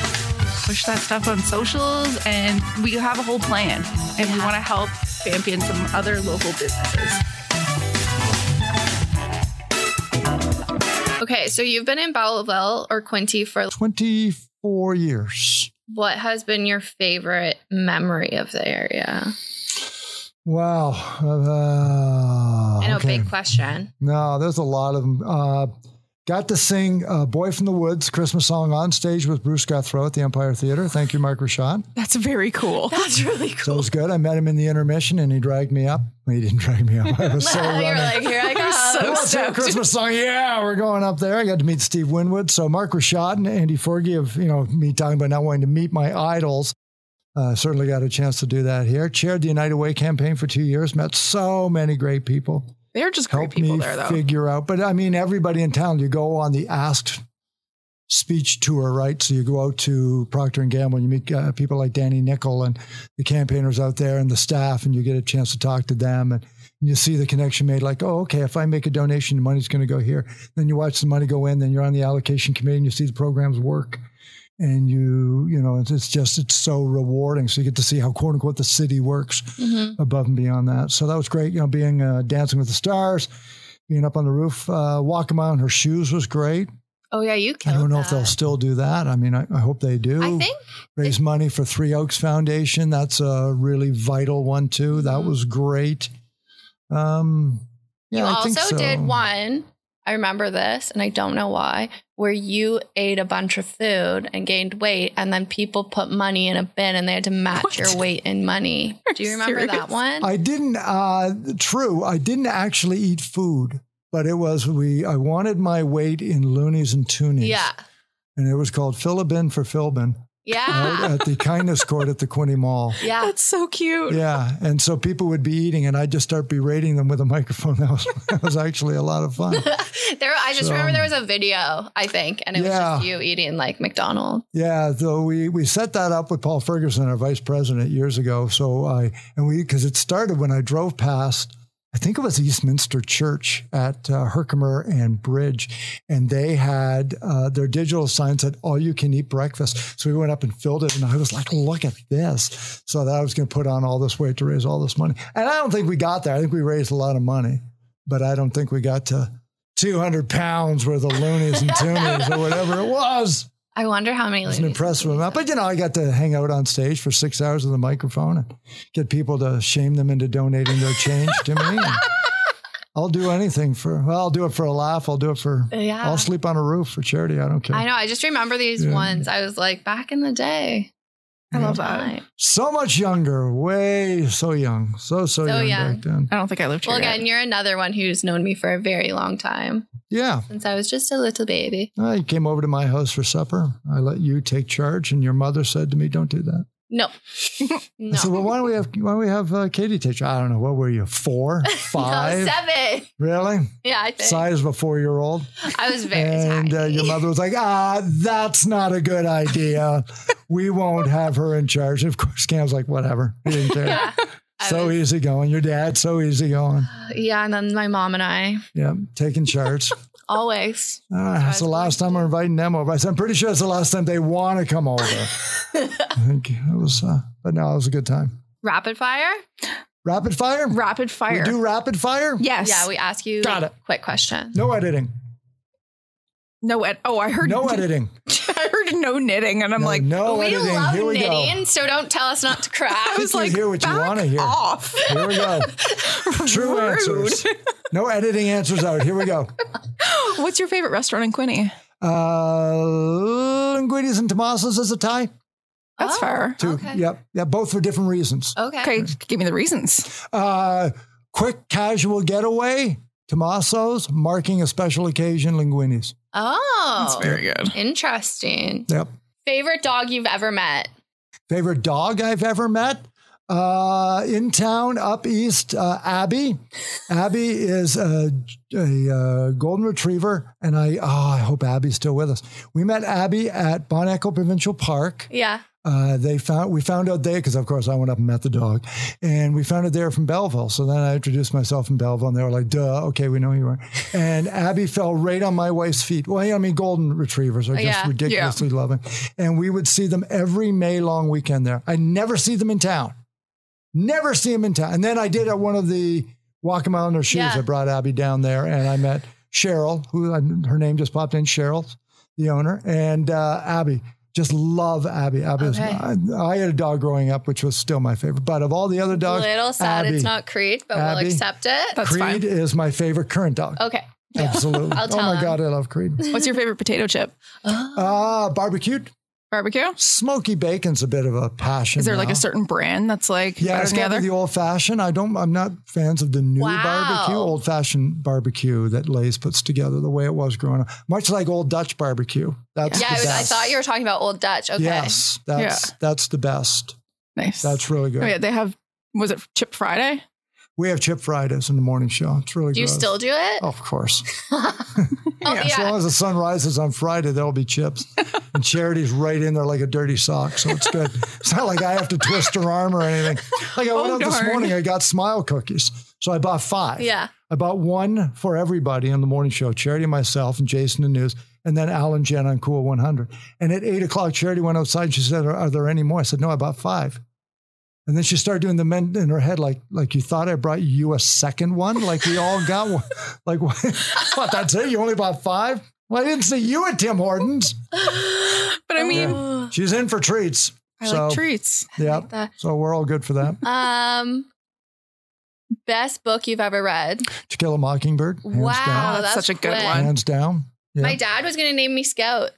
Speaker 2: push that stuff on socials, and we have a whole plan. And we
Speaker 1: Yeah.
Speaker 2: want to help champion some other local businesses.
Speaker 1: Okay, so you've been in Bowlville or Quinty for
Speaker 3: 24 years.
Speaker 1: what has been your favorite memory of the area?
Speaker 3: Wow. Uh,
Speaker 1: I know,
Speaker 3: okay.
Speaker 1: big question.
Speaker 3: No, there's a lot of them. Uh, got to sing uh, "Boy from the Woods" Christmas song on stage with Bruce Guthrow at the Empire Theater. Thank you, Mark Rashad.
Speaker 2: That's very cool.
Speaker 1: That's really
Speaker 3: So it was good. I met him in the intermission, and he dragged me up. Well, he didn't (laughs) drag me up.
Speaker 1: (laughs)
Speaker 3: I was so um, running.
Speaker 1: You're like, here
Speaker 3: (laughs)
Speaker 1: I
Speaker 2: so
Speaker 1: go.
Speaker 3: "Oh, it's a Christmas song, yeah, we're going up there. I got to meet Steve Winwood. So Mark Rashad and Andy Forgy of you know me talking about not wanting to meet my idols. Uh, certainly got a chance to do that here. Chaired the United Way campaign for two years. Met so many great people
Speaker 2: (laughs) They're just great
Speaker 3: help
Speaker 2: people
Speaker 3: me
Speaker 2: there, though.
Speaker 3: figure out. But I mean, everybody in town. You go on the Asked speech tour, right? So you go out to Procter and Gamble, and you meet uh, people like Danny Nickel and the campaigners out there, and the staff, and you get a chance to talk to them. And You see the connection made like, oh, okay, if I make a donation, the money's going to go here. Then you watch the money go in, then you're on the allocation committee and you see the programs work. And you, you know, it's, it's just, it's so rewarding. So you get to see how quote unquote the city works
Speaker 1: Mm-hmm.
Speaker 3: above and beyond that. So that was great, you know, being uh, dancing with the stars, being up on the roof, uh, walking around. Her shoes was great.
Speaker 1: Oh yeah, you
Speaker 3: I
Speaker 1: killed.
Speaker 3: don't know if
Speaker 1: that.
Speaker 3: they'll still do that. I mean, I, I hope they do.
Speaker 1: I think
Speaker 3: Raise money for Three Oaks Foundation. That's a really vital one too. That
Speaker 1: Mm-hmm.
Speaker 3: was great. Um, yeah,
Speaker 1: you
Speaker 3: I
Speaker 1: also
Speaker 3: think so.
Speaker 1: did one. I remember this, and I don't know why. Where you ate a bunch of food and gained weight, and then people put money in a bin, and they had to match
Speaker 2: What?
Speaker 1: your weight in money.
Speaker 2: Are
Speaker 1: Do you
Speaker 2: you
Speaker 1: remember that
Speaker 2: serious?
Speaker 1: one?
Speaker 3: I didn't. Uh, true, I didn't actually eat food, but it was we. I wanted my weight in loonies and toonies.
Speaker 1: yeah,
Speaker 3: and it was called Philibin for Philbin
Speaker 1: yeah,
Speaker 3: out at the Kindness Court at the Quinney Mall.
Speaker 1: yeah.
Speaker 2: That's so cute.
Speaker 3: Yeah, and so people would be eating, and I'd just start berating them with a microphone. That was, (laughs) that was actually a lot of fun.
Speaker 1: There, I just
Speaker 3: So-
Speaker 1: remember there was a video, I think, and it was
Speaker 3: Yeah.
Speaker 1: just you eating like McDonald's.
Speaker 3: Yeah, though we we set that up with Paul Ferguson, our vice president, years ago. So I and we because it started when I drove past. I think it was Eastminster Church at uh, Herkimer and Bridge, and they had uh, their digital sign said "All you can eat breakfast." So we went up and filled it, and I was like, "Look at this!" So that I was going to put on all this weight to raise all this money, and I don't think we got there. I think we raised a lot of money, but I don't think we got to two hundred pounds worth of loonies and toonies or whatever it was.
Speaker 1: I wonder how many.
Speaker 3: It was an
Speaker 1: Looney
Speaker 3: impressive
Speaker 1: Tunes
Speaker 3: amount. But you know, I got to hang out on stage for six hours with a microphone and get people to shame them into donating their change to me.
Speaker 1: (laughs)
Speaker 3: And I'll do anything for. Well, I'll do it for a laugh. I'll do it for.
Speaker 1: Yeah.
Speaker 3: I'll sleep on a roof for charity. I don't care.
Speaker 1: I know. I just remember these
Speaker 3: Yeah.
Speaker 1: ones. I was like, back in the day.
Speaker 2: I love that.
Speaker 1: Right.
Speaker 3: So much younger, way so young, so so,
Speaker 1: So
Speaker 3: young,
Speaker 1: young.
Speaker 3: back then.
Speaker 2: I don't think I lived here.
Speaker 1: Well, again,
Speaker 2: yet.
Speaker 1: you're another one who's known me for a very long time
Speaker 3: Yeah,
Speaker 1: since I was just a little baby.
Speaker 3: I came over to my house for supper. I let you take charge, and your mother said to me, "Don't do that." (laughs)
Speaker 1: No,
Speaker 3: I
Speaker 1: no,
Speaker 3: said, "Well, why don't we have why don't we have uh, Katie take charge?" I don't know. What were you four,
Speaker 1: (laughs)
Speaker 3: five?
Speaker 1: no, seven.
Speaker 3: Really?
Speaker 1: Yeah, I think
Speaker 3: Size of a four year old.
Speaker 1: I was very
Speaker 3: And uh,
Speaker 1: tiny.
Speaker 3: your mother was like, ah, that's not a good idea. we won't have her in charge. Of course, Cam's like, whatever. He didn't
Speaker 1: (laughs)
Speaker 3: care.
Speaker 1: yeah. (laughs) I
Speaker 3: So
Speaker 1: was-
Speaker 3: easy going. Your dad, so easy going.
Speaker 1: yeah, and then my mom and I
Speaker 3: Yeah,
Speaker 1: (laughs)
Speaker 3: taking charge.
Speaker 1: always.
Speaker 3: Ah, it's the last time we're inviting them over. I said, I'm pretty sure it's the last time they want to
Speaker 1: (laughs)
Speaker 3: come over. I think it was, uh, but no, it was a good time.
Speaker 1: Rapid fire?
Speaker 3: Rapid fire?
Speaker 2: rapid fire.
Speaker 3: We do rapid fire?
Speaker 2: yes.
Speaker 1: Yeah, we ask you
Speaker 3: Got it.
Speaker 1: quick questions.
Speaker 3: No editing.
Speaker 2: no ed- Oh, (laughs) I heard
Speaker 3: No editing.
Speaker 2: I heard no knitting, and I'm
Speaker 3: No,
Speaker 2: like,
Speaker 3: no
Speaker 1: we
Speaker 3: editing.
Speaker 1: love
Speaker 3: Oh, Here we
Speaker 1: knitting, so don't tell us not to cry.
Speaker 3: (laughs)
Speaker 2: I was
Speaker 3: you
Speaker 2: like,
Speaker 3: hear what you
Speaker 2: back
Speaker 3: wanna hear.
Speaker 2: Off.
Speaker 3: go. Here we
Speaker 1: (laughs)
Speaker 3: go.
Speaker 2: (laughs)
Speaker 3: True
Speaker 2: Rude.
Speaker 3: answers. No editing answers out. Here we go.
Speaker 2: (laughs) What's your favorite restaurant in Quinney?
Speaker 3: Uh, Linguinis and Tomasos is a tie.
Speaker 2: That's
Speaker 1: Oh,
Speaker 2: fair.
Speaker 3: Two.
Speaker 1: Okay. Oh.
Speaker 3: Yep. Yeah, both for different reasons.
Speaker 1: Okay.
Speaker 2: Okay, give me the reasons.
Speaker 3: Uh, quick casual getaway. Tomasos marking a special occasion. Linguinis.
Speaker 1: Oh,
Speaker 2: good.
Speaker 1: interesting.
Speaker 3: Yep.
Speaker 1: Favorite dog you've ever met?
Speaker 3: Favorite dog I've ever met. Uh, in town, up east, uh, Abby. Abby is a, a, uh golden retriever, and I oh, I hope Abby's still with us. We met Abby at Bon Echo Provincial Park.
Speaker 1: Yeah.
Speaker 3: Uh, they found we found out there because of course I went up and met the dog, and we found out they were from Belleville. So then I introduced myself in Belleville, and they were like, "Duh, okay, we know who you are." And Abby fell right on my wife's feet. Well, I mean, golden retrievers are just
Speaker 1: Yeah.
Speaker 3: ridiculously loving, and we would see them every May long weekend there. I never see them in town, never see them in town. And then I did at one of the walk them out in their shoes.
Speaker 1: Yeah.
Speaker 3: I brought Abby down there, and I met Cheryl, who her name just popped in, Cheryl, the owner, and uh, Abby. Just love Abby. Abby was,
Speaker 1: Okay.
Speaker 3: I, I had a dog growing up, which was still my favorite. But of all the other dogs,
Speaker 1: Little sad
Speaker 3: Abby.
Speaker 1: it's not Creed, but
Speaker 3: Abby.
Speaker 1: we'll accept it.
Speaker 2: That's
Speaker 3: Creed
Speaker 2: fine.
Speaker 3: is my favorite current dog.
Speaker 1: Okay. (laughs)
Speaker 3: Absolutely.
Speaker 1: I'll tell
Speaker 3: oh my
Speaker 1: him.
Speaker 3: God, I love Creed.
Speaker 2: What's your favorite potato chip?
Speaker 3: Ah, barbecued.
Speaker 2: Barbecue?
Speaker 3: Smoky bacon's a bit of a passion.
Speaker 2: Is there like
Speaker 3: now.
Speaker 2: a certain brand that's like
Speaker 3: Yeah,
Speaker 2: better
Speaker 3: it's
Speaker 2: than the
Speaker 3: got to
Speaker 2: other?
Speaker 3: be the old fashioned. I don't. I'm not fans of the new
Speaker 1: Wow.
Speaker 3: barbecue, old fashioned barbecue that Lay's puts together the way it was growing up. Much like old Dutch barbecue. That's
Speaker 1: Yeah,
Speaker 3: the
Speaker 1: I, was, I
Speaker 3: best.
Speaker 1: thought you were talking about Old Dutch. Okay.
Speaker 3: Yes, that's that's the best.
Speaker 2: nice.
Speaker 3: That's really good.
Speaker 2: Oh, yeah, they have. Was it Chip Friday?
Speaker 3: We have Chip Fridays in the morning show. It's really
Speaker 1: Do you
Speaker 3: gross.
Speaker 1: still do it?
Speaker 3: Of
Speaker 1: (laughs)
Speaker 3: course.
Speaker 1: Oh,
Speaker 3: As long as the sun rises on Friday, there'll be chips. and charity's right in there like a dirty sock. So it's good. it's not like I have to twist her arm or anything. Like I went
Speaker 2: Oh,
Speaker 3: out this
Speaker 2: darn.
Speaker 3: morning, I got smile cookies. So I bought five.
Speaker 1: Yeah. (laughs)
Speaker 3: I bought one for everybody on the morning show, Charity, myself, and Jason the News, and then Alan Jen on Cool 100. And at eight o'clock, Charity went outside and she said, Are, are there any more? I said, No, I bought five. And then she started doing the men in her head, like, like you thought I brought you a second one? Like we all got one. (laughs) Like, what? what that's it? You only bought five? Well, I didn't see you at Tim Hortons.
Speaker 2: But I mean,
Speaker 3: She's in for treats.
Speaker 2: I
Speaker 3: so,
Speaker 2: like treats.
Speaker 3: Yeah.
Speaker 1: like that.
Speaker 3: So we're all good for that.
Speaker 1: Um, best book you've ever read.
Speaker 3: To Kill a Mockingbird. Hands
Speaker 1: wow,
Speaker 3: Down.
Speaker 2: Oh, that's
Speaker 1: that's,
Speaker 2: such a good
Speaker 1: quick.
Speaker 2: one.
Speaker 3: Hands down. Yeah.
Speaker 1: My dad was gonna name me Scout.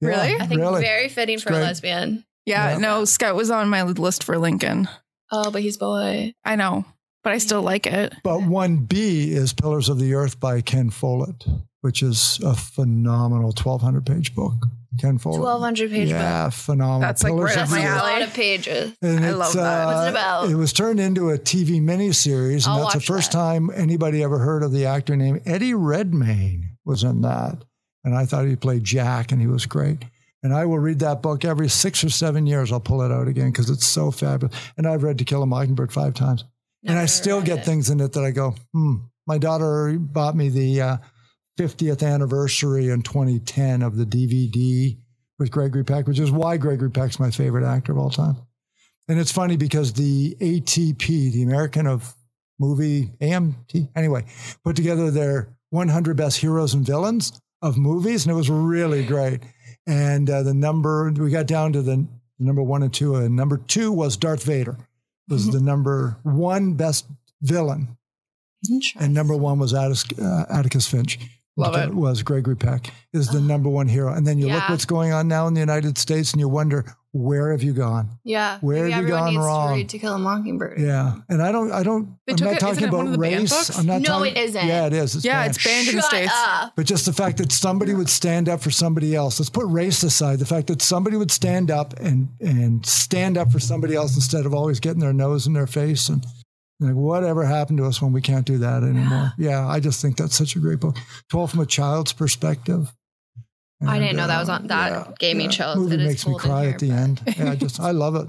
Speaker 3: Yeah,
Speaker 2: Really?
Speaker 1: I think
Speaker 3: really.
Speaker 1: very fitting for
Speaker 3: great.
Speaker 1: a lesbian.
Speaker 2: Yeah,
Speaker 3: Yeah.
Speaker 2: no, Scout was on my list for Lincoln.
Speaker 1: Oh, but he's boy.
Speaker 2: I know, but I still like it.
Speaker 3: But one B is Pillars of the Earth by Ken Follett, which is a phenomenal 1,200 page book. Ken Follett.
Speaker 1: Twelve hundred page book.
Speaker 3: Oh, yeah, phenomenal.
Speaker 2: That's, like, right
Speaker 1: That's
Speaker 2: up
Speaker 1: a
Speaker 2: my
Speaker 3: Earth.
Speaker 2: alley.
Speaker 1: lot of pages.
Speaker 3: And
Speaker 2: I
Speaker 3: it's,
Speaker 2: love
Speaker 3: uh,
Speaker 2: that.
Speaker 1: What's it about?
Speaker 3: It was turned into a TV miniseries, and
Speaker 1: I'll
Speaker 3: that's the
Speaker 1: watch
Speaker 3: first
Speaker 1: that.
Speaker 3: time anybody ever heard of the actor named Eddie Redmayne was in that. And I thought he played Jack, and he was great. And I will read that book every six or seven years. I'll pull it out again because it's so fabulous. And I've read To Kill a Mockingbird five times, and I
Speaker 1: Never
Speaker 3: still
Speaker 1: read
Speaker 3: get
Speaker 1: it.
Speaker 3: things in it that I go, "Hmm." My daughter bought me the uh, 50th anniversary in 2010 of the DVD with Gregory Peck, which is why Gregory Peck's my favorite actor of all time. And it's funny because the ATP, the American of Movie AMT, anyway, put together their 100 best heroes and villains of movies, and it was really great. And uh, the number we got down to the number one and two, and number two was Darth Vader,
Speaker 2: Mm-hmm.
Speaker 3: was the number one best villain and number one was Atticus, uh, Atticus Finch.
Speaker 2: Love
Speaker 3: That
Speaker 2: it. Ah.
Speaker 3: Was Gregory Peck is the number one hero, and then you look
Speaker 1: Yeah.
Speaker 3: what's going on now in the United States, and you wonder where have you gone?
Speaker 1: Yeah.
Speaker 3: Where
Speaker 1: Maybe
Speaker 3: have you
Speaker 1: everyone
Speaker 3: gone
Speaker 1: needs
Speaker 3: wrong?
Speaker 1: To, read to Kill a Mockingbird.
Speaker 3: Yeah, and I don't, I don't.
Speaker 2: They
Speaker 3: I'm
Speaker 2: took
Speaker 3: not
Speaker 2: it-
Speaker 3: talking
Speaker 2: isn't it
Speaker 3: about
Speaker 2: one of the banned
Speaker 3: race.
Speaker 2: books?
Speaker 3: I'm not.
Speaker 1: No,
Speaker 3: talking-
Speaker 1: it isn't.
Speaker 3: Yeah, it is. It's
Speaker 2: Yeah,
Speaker 3: banned.
Speaker 2: it's banned in the
Speaker 1: Shut
Speaker 2: states.
Speaker 1: up.
Speaker 3: But just the fact that somebody would stand up for somebody else. Let's put race aside. The fact that somebody would stand up and and stand up for somebody else instead of always getting their nose in their face and like whatever happened to us when we can't do that anymore. Yeah, I just think that's such a great book. Twelve from a child's perspective.
Speaker 1: I didn't
Speaker 3: And,
Speaker 1: know that was
Speaker 3: uh,
Speaker 1: on- that gave me chills.
Speaker 3: Movie
Speaker 1: It is
Speaker 3: makes me
Speaker 1: cold in
Speaker 3: cry
Speaker 1: here,
Speaker 3: at the
Speaker 1: but- (laughs)
Speaker 3: end. Yeah, I just I love it.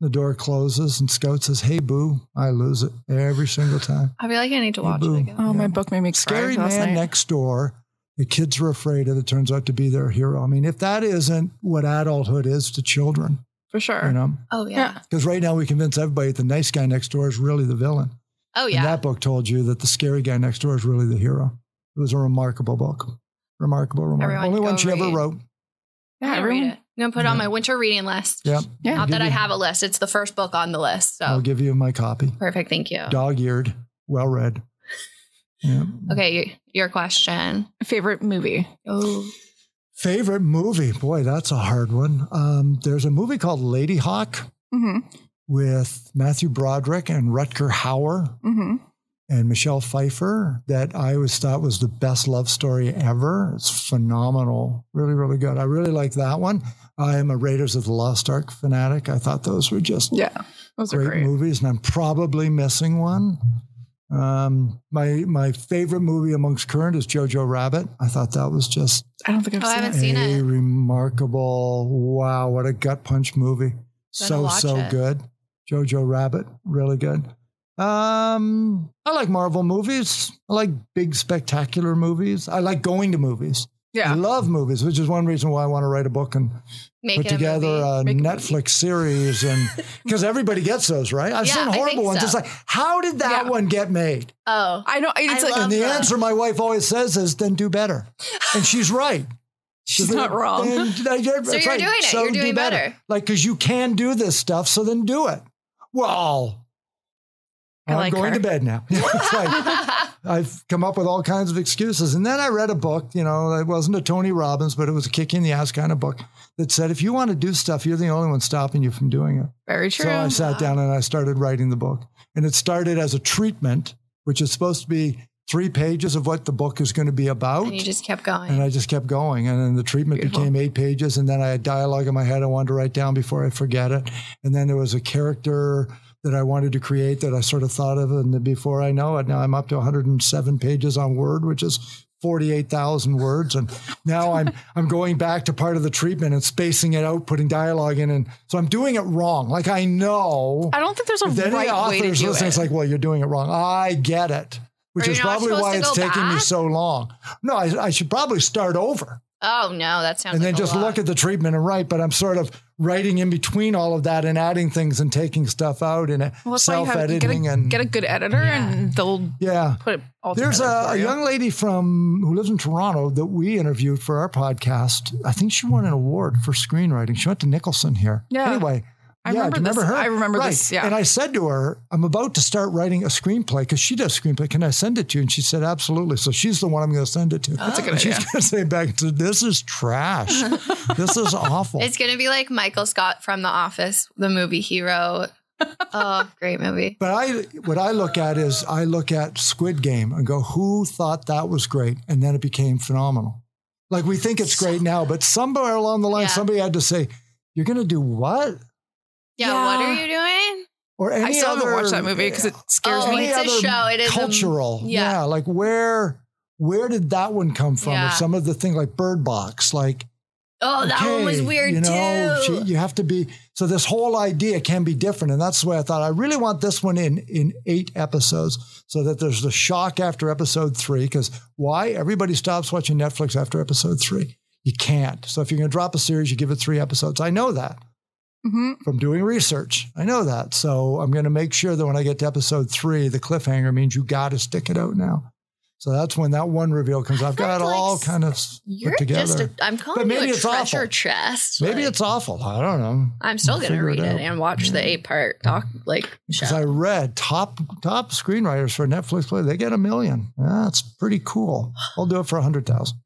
Speaker 3: The door closes and Scout says, "Hey, boo!" I lose it every single time.
Speaker 1: I feel like I need to watch
Speaker 3: boo.
Speaker 1: it again.
Speaker 2: Oh,
Speaker 3: Yeah.
Speaker 2: my book made me cry
Speaker 3: Scary
Speaker 2: last night.
Speaker 3: man next door. The kids were afraid of. It turns out to be their hero. I mean, if that isn't what adulthood is to children,
Speaker 2: for sure.
Speaker 3: you know,
Speaker 1: Oh yeah.
Speaker 2: Yeah.
Speaker 3: because right now we convince everybody the nice guy next door is really the villain.
Speaker 1: Oh
Speaker 3: And
Speaker 1: yeah.
Speaker 3: that book told you that the scary guy next door is really the hero. It was a remarkable book. Remarkable, remarkable.
Speaker 1: Everyone
Speaker 3: Only
Speaker 1: go
Speaker 3: one she ever
Speaker 1: read.
Speaker 3: wrote.
Speaker 1: I'm
Speaker 2: Yeah,
Speaker 1: gonna read
Speaker 2: everyone.
Speaker 1: it. I'm gonna put it on
Speaker 3: Yeah.
Speaker 1: my winter reading list.
Speaker 3: Yeah.
Speaker 2: Yeah.
Speaker 1: Not
Speaker 3: Give
Speaker 1: that I
Speaker 3: you-
Speaker 1: have a list. It's the first book on the list. So
Speaker 3: I'll give you my copy.
Speaker 1: perfect. Thank you.
Speaker 3: Dog eared, well read. Yeah.
Speaker 1: Okay, y- your question.
Speaker 2: Favorite movie?
Speaker 1: Oh,
Speaker 3: Favorite movie? Boy, that's a hard one. Um, there's a movie called Lady Hawk
Speaker 2: Mm-hmm.
Speaker 3: with Matthew Broderick and Rutger Hauer
Speaker 2: Mm-hmm.
Speaker 3: and Michelle Pfeiffer that I always thought was the best love story ever. It's phenomenal. Really, really good. I really like that one. I am a Raiders of the Lost Ark fanatic. I thought those were just
Speaker 2: Yeah, those
Speaker 3: great,
Speaker 2: are great.
Speaker 3: movies, and I'm probably missing one. Um, my my favorite movie amongst current is Jojo Rabbit. I thought that was just
Speaker 2: I don't think I've
Speaker 1: Oh, I
Speaker 2: seen
Speaker 1: haven't
Speaker 2: it.
Speaker 1: seen
Speaker 3: a
Speaker 1: it.
Speaker 3: remarkable wow what a gut punch movie so
Speaker 1: watch
Speaker 3: so
Speaker 1: it.
Speaker 3: good jojo rabbit really good um i like marvel movies i like big spectacular movies i like going to movies i
Speaker 2: Yeah,
Speaker 3: love movies which is one reason why i want to write a book and
Speaker 1: make
Speaker 3: put
Speaker 1: it a
Speaker 3: together uh,
Speaker 1: movie.
Speaker 3: a
Speaker 2: Make a
Speaker 3: netflix series and
Speaker 1: (laughs)
Speaker 3: because everybody gets those right i've
Speaker 1: Yeah, I
Speaker 3: seen
Speaker 1: think
Speaker 3: horrible ones
Speaker 1: so.
Speaker 3: it's like how did that
Speaker 2: Yeah.
Speaker 3: one get made
Speaker 1: oh,
Speaker 2: I know. It's
Speaker 1: I
Speaker 2: like
Speaker 1: love-
Speaker 3: and the
Speaker 1: that.
Speaker 3: answer my wife always says is then do better and she's right
Speaker 2: she's
Speaker 3: so
Speaker 2: not (laughs)
Speaker 3: then-
Speaker 2: wrong.
Speaker 3: "Oh, then- then- that's
Speaker 1: So you're
Speaker 3: right.
Speaker 1: doing it.
Speaker 3: So
Speaker 1: You're
Speaker 3: do
Speaker 1: doing
Speaker 3: better.
Speaker 1: better.
Speaker 3: Like, because you can do this stuff, so then do it. Well,
Speaker 2: I
Speaker 3: I'm
Speaker 2: like
Speaker 3: going
Speaker 2: her.
Speaker 3: to bed now. (laughs)
Speaker 1: (laughs)
Speaker 3: It's like, I've come up with all kinds of excuses. And then I read a book, you know, it wasn't a Tony Robbins, but it was a kick in the ass kind of book that said, if you want to do stuff, you're the only one stopping you from doing it.
Speaker 2: Very true.
Speaker 3: So I sat down and I started writing the book. And it started as a treatment, which is supposed to be three pages of what the book is going to be about.
Speaker 1: and you just kept going.
Speaker 3: And I just kept going. And then the treatment
Speaker 2: Beautiful.
Speaker 3: became eight pages. And then I had dialogue in my head I wanted to write down before I forget it. And then there was a character that I wanted to create that I sort of thought of. And then before I know it, now I'm up to 107 pages on Word, which is 48,000 words. And now I'm, (laughs) I'm going back to part of the treatment and spacing it out, putting dialogue in. And so I'm doing it wrong. Like I know.
Speaker 2: I don't think there's a
Speaker 3: If any
Speaker 2: right way to
Speaker 3: author's
Speaker 2: do
Speaker 3: listening,
Speaker 2: it.
Speaker 3: it's like, well, you're doing it wrong. I get it, which
Speaker 1: Are
Speaker 3: is
Speaker 1: you not
Speaker 3: probably
Speaker 1: supposed
Speaker 3: why
Speaker 1: to
Speaker 3: it's
Speaker 1: go
Speaker 3: taking me
Speaker 1: back?
Speaker 3: so long. No, I, I should probably start over
Speaker 1: Oh no, that sounds.
Speaker 3: and then
Speaker 1: like a
Speaker 3: just
Speaker 1: lot.
Speaker 3: look at the treatment and write. But I'm sort of writing in between all of that and adding things and taking stuff out and
Speaker 2: Well, that's why you
Speaker 3: self
Speaker 2: have-
Speaker 3: editing
Speaker 2: get a,
Speaker 3: and
Speaker 2: get a good editor, and they'll
Speaker 3: yeah.
Speaker 2: put it all
Speaker 3: There's a,
Speaker 2: together.
Speaker 3: a
Speaker 2: for you.
Speaker 3: young lady from who lives in Toronto that we interviewed for our podcast. I think she won an award for screenwriting. She went to Nicholson here.
Speaker 2: Yeah.
Speaker 3: Anyway,
Speaker 2: I
Speaker 3: yeah,
Speaker 2: remember
Speaker 3: do you
Speaker 2: this- I remember
Speaker 3: Right.
Speaker 2: this, yeah.
Speaker 3: And I said to her, "I'm about to start writing a screenplay because she does screenplay. Can I send it to you?" And she said, "Absolutely." So she's the one I'm going to send it to. That's
Speaker 2: a good
Speaker 3: and She's
Speaker 2: idea.
Speaker 3: going to say back and say, "This is
Speaker 2: (laughs)
Speaker 3: trash. this is awful."
Speaker 1: It's gonna be like Michael Scott from The Office, the movie he
Speaker 2: (laughs)
Speaker 1: wrote. oh, great movie.
Speaker 3: But I, what I look at is I look at Squid Game and go, who thought that was great? And then it became phenomenal. Like we think it's great now, but somewhere along the line,
Speaker 1: Yeah.
Speaker 3: somebody had to say, "You're going to do what?"
Speaker 1: Yeah,
Speaker 2: Yeah.
Speaker 1: what are you doing?
Speaker 3: Or any
Speaker 2: I still
Speaker 3: other,
Speaker 2: haven't watched that movie because it scares
Speaker 1: Oh,
Speaker 2: me.
Speaker 3: any
Speaker 1: it's a
Speaker 3: other
Speaker 1: show. It is a-
Speaker 3: cultural. yeah.
Speaker 1: yeah.
Speaker 3: like where where did that one come from? Or
Speaker 1: Yeah.
Speaker 3: some of the thing like Bird Box, like
Speaker 1: Oh, that one was
Speaker 3: okay,
Speaker 1: weird
Speaker 3: you know,
Speaker 1: too.
Speaker 3: she- you have to be so. This whole idea can be different, and that's the way I thought. I really want this one in in eight episodes, so that there's the shock after episode three. Because why everybody stops watching Netflix after episode three? You can't. So if you're going to drop a series, you give it three episodes. I know that
Speaker 2: hmm
Speaker 3: from doing research. I know that. So I'm going to make sure that when I get to episode three, the cliffhanger means you got to stick it out now. So that's when that one reveal comes. I've got it
Speaker 1: felt like
Speaker 3: all
Speaker 1: s-
Speaker 3: kind of s-
Speaker 1: You're
Speaker 3: put together.
Speaker 1: just. A, I'm calling
Speaker 3: maybe
Speaker 1: you a
Speaker 3: it's awful.
Speaker 1: treasure chest.
Speaker 3: Maybe
Speaker 1: Like,
Speaker 3: it's awful. I don't know.
Speaker 1: I'm still
Speaker 3: We'll
Speaker 1: gonna
Speaker 3: figure
Speaker 1: read
Speaker 3: it
Speaker 1: it,
Speaker 3: out. Mm-hmm.
Speaker 1: and watch the eight part doc like show.
Speaker 3: Because I read top top screenwriters for Netflix play, they get a million. That's pretty cool. I'll do it for a
Speaker 1: (laughs)
Speaker 3: hundred thousand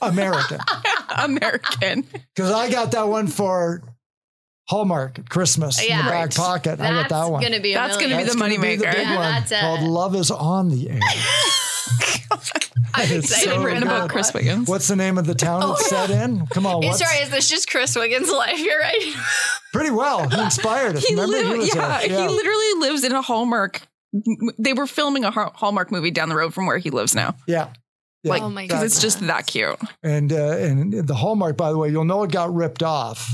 Speaker 3: American.
Speaker 2: (laughs)
Speaker 3: (laughs)
Speaker 2: American.
Speaker 3: Because I got that one for Hallmark at Christmas in
Speaker 1: Yeah.
Speaker 3: the back pocket. I got
Speaker 1: That's
Speaker 3: that one.
Speaker 1: gonna be. A
Speaker 2: That's gonna be
Speaker 1: million.
Speaker 2: the
Speaker 3: gonna be the
Speaker 2: moneymaker.
Speaker 3: big
Speaker 1: Yeah,
Speaker 3: one
Speaker 1: that's it.
Speaker 3: called "Love Is on the
Speaker 1: (laughs)
Speaker 3: Air."
Speaker 2: (laughs)
Speaker 1: I'm
Speaker 3: it's
Speaker 1: excited
Speaker 3: so
Speaker 1: for
Speaker 2: Written
Speaker 3: good.
Speaker 1: that
Speaker 2: about
Speaker 1: one.
Speaker 2: Chris Wiggins.
Speaker 3: What's the name of the town it's set in? Come on,
Speaker 1: Oh, Yeah,
Speaker 3: Oh, what's,
Speaker 1: Sorry, is this just Chris Wiggins' life? You're
Speaker 2: (laughs)
Speaker 1: right.
Speaker 3: pretty well. He inspired us.
Speaker 2: He,
Speaker 3: Remember,
Speaker 2: li-
Speaker 3: was a-
Speaker 2: yeah,
Speaker 3: yeah.
Speaker 2: he literally lives in a Hallmark. They were filming a Har- Hallmark movie down the road from where he lives now.
Speaker 3: yeah. Yeah.
Speaker 2: Like,
Speaker 1: Oh my
Speaker 2: because it's just that cute.
Speaker 3: And uh, and the hallmark, by the way, you'll know it got ripped off.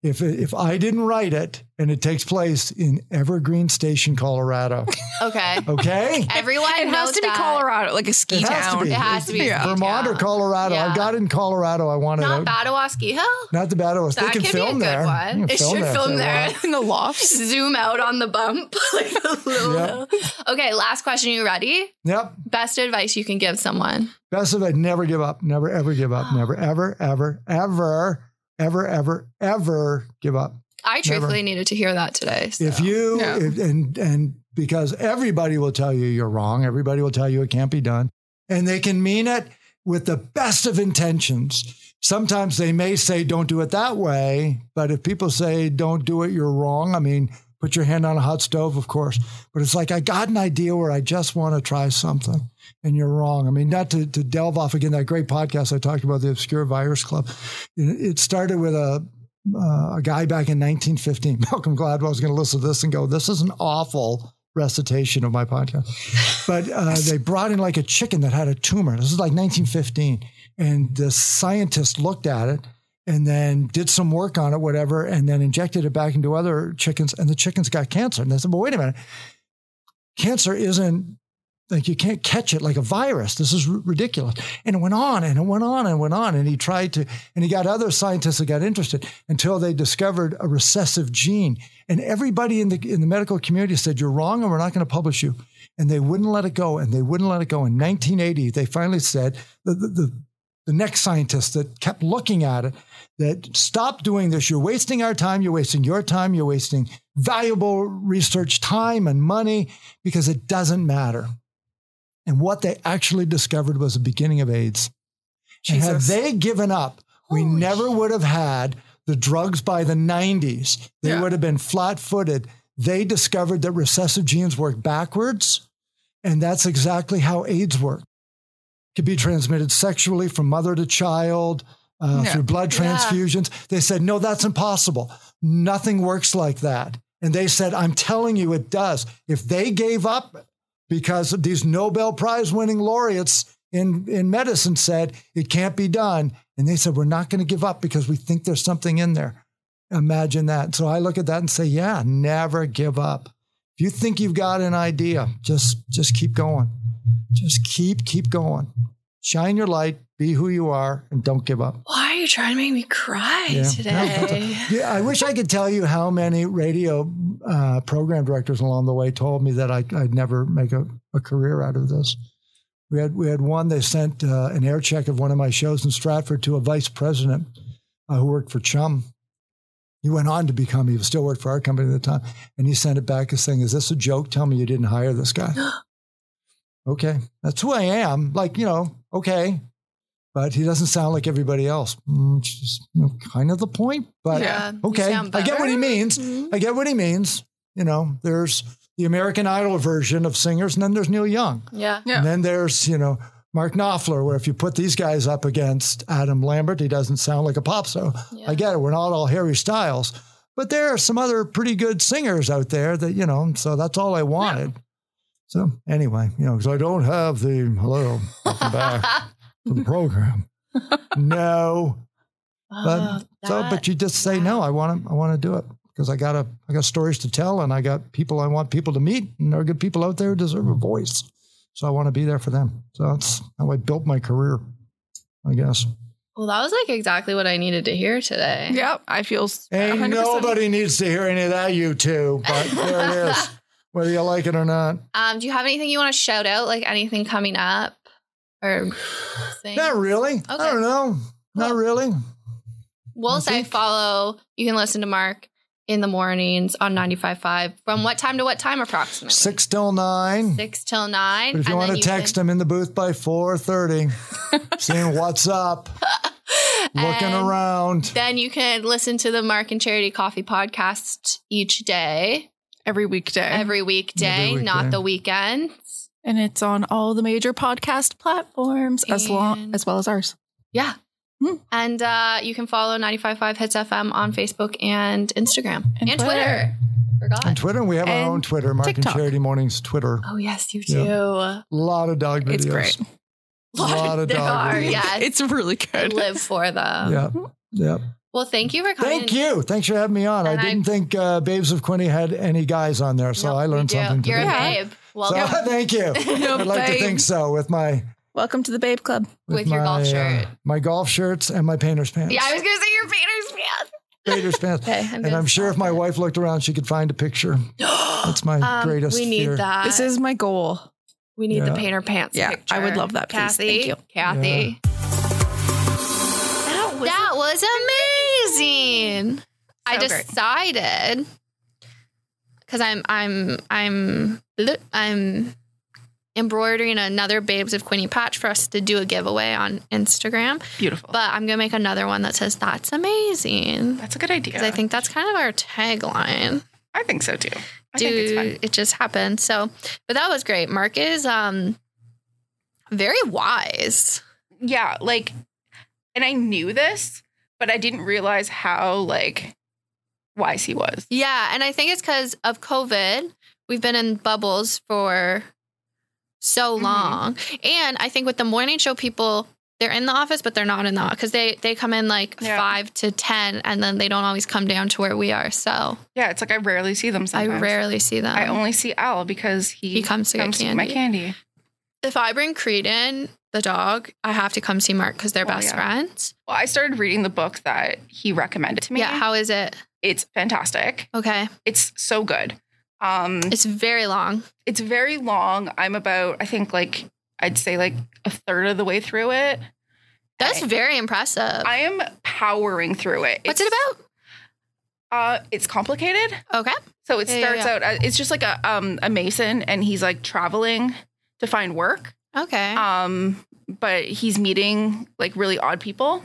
Speaker 3: If if I didn't write it, and it takes place in Evergreen Station,
Speaker 1: (laughs)
Speaker 3: Colorado.
Speaker 1: Okay.
Speaker 3: Okay,
Speaker 1: Everyone
Speaker 2: It has
Speaker 1: knows
Speaker 2: to be
Speaker 1: that.
Speaker 2: Colorado, like a ski
Speaker 3: It has to
Speaker 2: town.
Speaker 3: be.
Speaker 1: It has to be
Speaker 2: Yeah.
Speaker 1: Ski
Speaker 3: Vermont or
Speaker 1: Town.
Speaker 3: Colorado. I've
Speaker 1: Yeah.
Speaker 3: got it in Colorado. I want it
Speaker 1: Not
Speaker 3: out.
Speaker 1: Badawaski Hill.
Speaker 3: Not the battle. They
Speaker 1: That could
Speaker 3: can
Speaker 1: be a
Speaker 3: film
Speaker 1: good
Speaker 3: there.
Speaker 1: one.
Speaker 3: You can
Speaker 1: It should
Speaker 3: if
Speaker 1: film
Speaker 3: they
Speaker 1: there.
Speaker 3: want.
Speaker 2: In the lofts.
Speaker 1: (laughs) Zoom out on the bump. (laughs) like a little-
Speaker 3: Yep.
Speaker 1: Okay, last question. You ready?
Speaker 3: Yep.
Speaker 1: Best advice you can give someone.
Speaker 3: Best of it. Never give up. Never ever
Speaker 1: (gasps)
Speaker 3: give up. Never ever ever ever ever ever ever give up.
Speaker 1: I truthfully needed to hear that today. so.
Speaker 3: If you
Speaker 2: Yeah.
Speaker 3: if, and and because everybody will tell you you're wrong, everybody will tell you it can't be done, and they can mean it with the best of intentions. Sometimes they may say don't do it that way, but if people say don't do it, you're wrong. I mean, put your hand on a hot stove, of course, but it's like I got an idea where I just want to try something, and you're wrong. I mean, not to, to delve off again that great podcast I talked about the Obscure Virus Club. It it started with a uh, a guy back in 1915, (laughs) Malcolm Gladwell, was going to listen to this and go, "This is an awful recitation of my podcast." But uh, they brought in like a chicken that had a tumor. This is like 1915, and the scientist looked at it and then did some work on it, whatever, and then injected it back into other chickens, and the chickens got cancer. And they said, "Well, wait a minute, cancer isn't." Like you can't catch it like a virus. This is r- ridiculous. And it went on and it went on and went on. And he tried to, and he got other scientists that got interested until they discovered a recessive gene. And everybody in the in the medical community said, "You're wrong, and we're not going to publish you." And they wouldn't let it go, and they wouldn't let it go. In 1980, they finally said the the, the, the next scientist that kept looking at it that stop doing this. You're wasting our time. You're wasting your time. You're wasting valuable research time and money because it doesn't matter. And what they actually discovered was the beginning of AIDS. And had
Speaker 2: Jesus.
Speaker 3: they given up, we
Speaker 1: Holy
Speaker 3: never would have had the drugs by the 90s. They
Speaker 2: Yeah.
Speaker 3: would have been flat footed. They discovered that recessive genes work backwards. And that's exactly how AIDS works. It can be transmitted sexually from mother to child uh,
Speaker 2: Yeah.
Speaker 3: through blood
Speaker 1: Yeah.
Speaker 3: transfusions. They said, no, that's impossible. Nothing works like that. And they said, I'm telling you, it does. If they gave up because of these Nobel Prize winning laureates in, in medicine said it can't be done. And they said, we're not going to give up because we think there's something in there. Imagine that. So I look at that and say, yeah, never give up. If you think you've got an idea, just just keep going. Just keep keep going. Shine your light, be who you are, and don't give up.
Speaker 1: Why are you tryrying to make me cry today?
Speaker 3: (laughs) Yeah, I wish I could tell you how many radio uh, program directors along the way told me that I, I'd never make a, a career out of this. We had we had one. They sent uh, an air check of one of my shows in Stratford to a vice president uh, who worked for Chum. He went on to become. He was still worked for our company at the time, and he sent it back as saying, "Is this a joke? Tell me you didn't hire this guy." okay, that's who I am. Like you know, okay, but he doesn't sound like everybody else. Mm, which is, you know, kind of the point, but
Speaker 1: Yeah, you
Speaker 3: okay,
Speaker 1: sound
Speaker 3: I get what he
Speaker 1: better.
Speaker 3: means.
Speaker 1: Mhm.
Speaker 3: I get what he means. You know, there's the American Idol version of singers, and then there's Neil Young.
Speaker 1: Mm-hmm. Yeah.
Speaker 2: Yeah.
Speaker 3: And then there's, you know, Mark Knopfler, where if you put these guys up against Adam Lambert, he doesn't sound like a pop star.
Speaker 1: Yeah.
Speaker 3: I get it. We're not all Harry Styles, but there are some other pretty good singers out there that, you know, so that's all I wanted. So anyway, you know, because I don't have the hello,
Speaker 1: (laughs)
Speaker 3: welcome back to the program. no. But
Speaker 1: Oh,
Speaker 3: so but you just say no, I want to I want to do it because I got a I got stories to tell and I got people I want people to meet and there are good people out there who deserve a voice. So I want to be there for them. So that's how I built my career, I guess.
Speaker 1: well, that was like exactly what I needed to hear today.
Speaker 2: Yep, I feel s-
Speaker 3: Ain't
Speaker 2: 100%.
Speaker 3: nobody needs to hear any of that, you two. But
Speaker 1: (laughs)
Speaker 3: there it is, whether you like it or not.
Speaker 1: Um, do you have anything you want to shout out? Like anything coming up or thing?
Speaker 3: Not really. I
Speaker 1: Okay.
Speaker 3: don't know. Not
Speaker 1: Well-
Speaker 3: really.
Speaker 1: We'll
Speaker 3: I
Speaker 1: say
Speaker 3: think-
Speaker 1: follow. You can listen to Mark in the mornings on 95.5 from what time to what time approximately?
Speaker 3: Six till nine.
Speaker 1: Six till nine.
Speaker 3: But if you
Speaker 1: and
Speaker 3: want
Speaker 1: then
Speaker 3: to text,
Speaker 1: can-
Speaker 3: I'm in the booth by four
Speaker 1: (laughs)
Speaker 3: thirty, saying what's up, looking
Speaker 1: And
Speaker 3: around.
Speaker 1: Then you can listen to the Mark and Charity Coffee podcast each day,
Speaker 2: every weekday.
Speaker 1: every weekday,
Speaker 3: Every
Speaker 1: not
Speaker 3: weekday.
Speaker 1: the weekends.
Speaker 2: and it's on all the major podcast platforms as long
Speaker 1: And-
Speaker 2: as well as ours.
Speaker 1: Yeah.
Speaker 2: Hmm.
Speaker 1: And uh, you can follow 95.5 Hits FM on Facebook and Instagram and,
Speaker 2: And
Speaker 1: Twitter.
Speaker 2: Twitter.
Speaker 1: Forgot.
Speaker 3: On Twitter, we have our
Speaker 2: And
Speaker 3: own Twitter, Mark
Speaker 2: TikTok.
Speaker 3: and Charity Mornings Twitter.
Speaker 1: oh, yes, you do.
Speaker 3: Yeah. A lot of dog videos.
Speaker 2: It's great.
Speaker 3: Lot of
Speaker 1: there
Speaker 3: dog
Speaker 1: are,
Speaker 3: videos.
Speaker 1: yes.
Speaker 2: (laughs) it's really good. (laughs)
Speaker 1: live for them.
Speaker 3: Yeah. Yeah.
Speaker 1: Well, thank you for coming.
Speaker 3: Thank you. Thanks for having me on. I
Speaker 1: And I-
Speaker 3: didn't think uh, Babes of Quinny had any guys on there, so
Speaker 1: Nope,
Speaker 3: I
Speaker 1: you
Speaker 3: learned
Speaker 1: do.
Speaker 3: something
Speaker 1: You're
Speaker 3: today.
Speaker 2: Yeah.
Speaker 1: a babe.
Speaker 3: So
Speaker 1: Welcome
Speaker 3: (laughs)
Speaker 1: (laughs)
Speaker 3: thank you. I'd like to
Speaker 2: babe.
Speaker 3: think so with my
Speaker 2: Welcome to the Babe Club.
Speaker 1: with, your golf
Speaker 3: my, uh,
Speaker 1: shirt.
Speaker 3: my golf shirts and my painter's pants.
Speaker 1: yeah, I was gonna say your painter's pants. (laughs)
Speaker 3: painter's pants.
Speaker 1: Okay, I'm
Speaker 3: and
Speaker 1: gonna
Speaker 3: I'm sure if my (gasps) wife looked around, she could find a picture. That's my
Speaker 1: Um,
Speaker 3: greatest
Speaker 1: we need
Speaker 3: fear.
Speaker 1: that.
Speaker 2: this is my goal.
Speaker 1: we need the
Speaker 3: Yeah.
Speaker 1: painter pants.
Speaker 2: Yeah,
Speaker 1: picture.
Speaker 2: I would love that, please.
Speaker 1: Kathy,
Speaker 2: Thank you.
Speaker 1: Kathy. That was, amazing. I
Speaker 2: So great.
Speaker 1: decided because I'm I'm I'm I'm embroidering another Babes of Quinny patch for us to do a giveaway on Instagram.
Speaker 2: Beautiful.
Speaker 1: But I'm gonna make another one that says "That's amazing" because
Speaker 2: That's a good idea.
Speaker 1: I think that's kind of our tagline.
Speaker 2: I think so too. I think it's fun.
Speaker 1: Dude, it just happened. So, but that was great. Mark is um very wise.
Speaker 2: Yeah, like, and I knew this, but I didn't realize how like wise he was.
Speaker 1: Yeah, and I think it's because of COVID. We've been in bubbles for so
Speaker 2: Mhm.
Speaker 1: long, and I think with the morning show people, they're in the office, but they're not in the because they they come in like
Speaker 2: Yeah.
Speaker 1: five to ten, and then they don't always come down to where we are. So
Speaker 2: Yeah, it's like I rarely see them. Sometimes.
Speaker 1: I rarely see them.
Speaker 2: I only see Al because he,
Speaker 1: he comes to get
Speaker 2: comes to
Speaker 1: candy.
Speaker 2: get my candy.
Speaker 1: If I bring Creedon the dog, I have to come see Mark because they're
Speaker 2: Oh,
Speaker 1: best
Speaker 2: yeah.
Speaker 1: friends.
Speaker 2: Well, I started reading the book that he recommended to me. Mm-hmm.
Speaker 1: Yeah, how is it?
Speaker 2: it's fantastic.
Speaker 1: Okay,
Speaker 2: It's so good. Um,
Speaker 1: it's very long.
Speaker 2: it's very long. I'm about I think like I'd say like a third of the way through it.
Speaker 1: That's
Speaker 2: I-
Speaker 1: very impressive.
Speaker 2: I am powering through it.
Speaker 1: What's
Speaker 2: It's-
Speaker 1: it
Speaker 2: Uh, it's complicated.
Speaker 1: about? Okay,
Speaker 2: So it
Speaker 1: Yeah, yeah,
Speaker 2: starts out. uh, It's just like a um a mason, and he's like traveling to find work.
Speaker 1: okay,
Speaker 2: Um, but he's meeting like really odd people.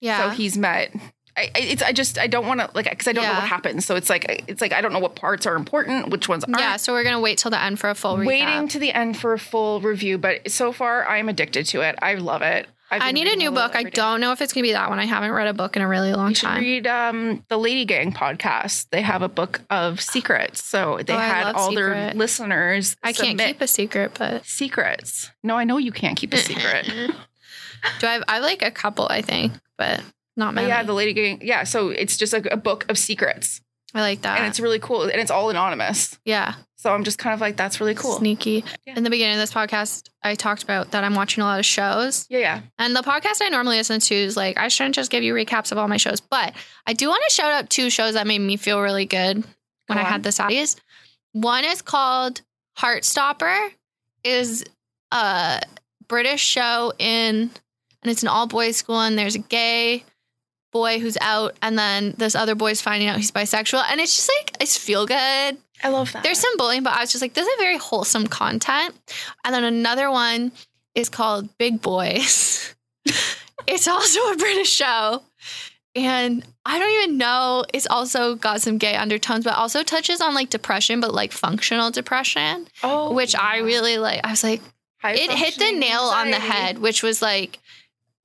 Speaker 1: yeah.
Speaker 2: So he's met. I, I- it's I just I don't want to like because I don't know
Speaker 1: Yeah.
Speaker 2: what happens. So it's like it's like I don't know what parts are important, which ones aren't.
Speaker 1: Yeah, so we're gonna wait till the end for a full
Speaker 2: Waiting
Speaker 1: recap.
Speaker 2: to the end for a full review, but so far I am addicted to it. I love it. I've
Speaker 1: I
Speaker 2: been
Speaker 1: need a
Speaker 2: reading
Speaker 1: new
Speaker 2: little
Speaker 1: book. I
Speaker 2: every day.
Speaker 1: don't know if it's gonna be that one. I haven't read a book in a really long
Speaker 2: You should
Speaker 1: time.
Speaker 2: read um, the Lady Gang podcast. They have a book of secrets. So they
Speaker 1: Oh, I
Speaker 2: had
Speaker 1: love
Speaker 2: all their
Speaker 1: secret.
Speaker 2: listeners.
Speaker 1: I can't
Speaker 2: submit
Speaker 1: keep a secret, but
Speaker 2: secrets. No, I know you
Speaker 1: (laughs)
Speaker 2: can't keep a secret.
Speaker 1: do I? Have, I have like a couple, I think, but not
Speaker 2: But
Speaker 1: many.
Speaker 2: Oh, yeah, the Lady Gang. Yeah, so it's just like a book of secrets,
Speaker 1: I like that.
Speaker 2: and it's really cool, and it's all anonymous.
Speaker 1: yeah,
Speaker 2: So I'm just kind of like, that's really cool.
Speaker 1: sneaky.
Speaker 2: Yeah.
Speaker 1: In the beginning of this podcast, I talked about that I'm watching a lot of shows.
Speaker 2: Yeah, yeah.
Speaker 1: And the podcast I normally listen to is like, I shouldn't just give you recaps of all my shows, but I do want to shout out two shows that made me feel really good when
Speaker 2: Go
Speaker 1: I
Speaker 2: on.
Speaker 1: had the saddies. One is called Heartstopper, is a British show in, and it's an all boys school, and there's a gay boy who's out, and then this other boy's finding out he's bisexual, and it's just like it's feel good.
Speaker 2: I love that.
Speaker 1: There's some bullying, but I was just like, this is very wholesome content. And then another one is called Big Boys. (laughs) it's also a British show. And I don't even know. It's also got some gay undertones, but also touches on like depression, but like functional depression,
Speaker 2: oh,
Speaker 1: which I
Speaker 2: yeah.
Speaker 1: really like. I was like,
Speaker 2: High
Speaker 1: it hit the
Speaker 2: functioning
Speaker 1: nail on the
Speaker 2: anxiety.
Speaker 1: head, which was like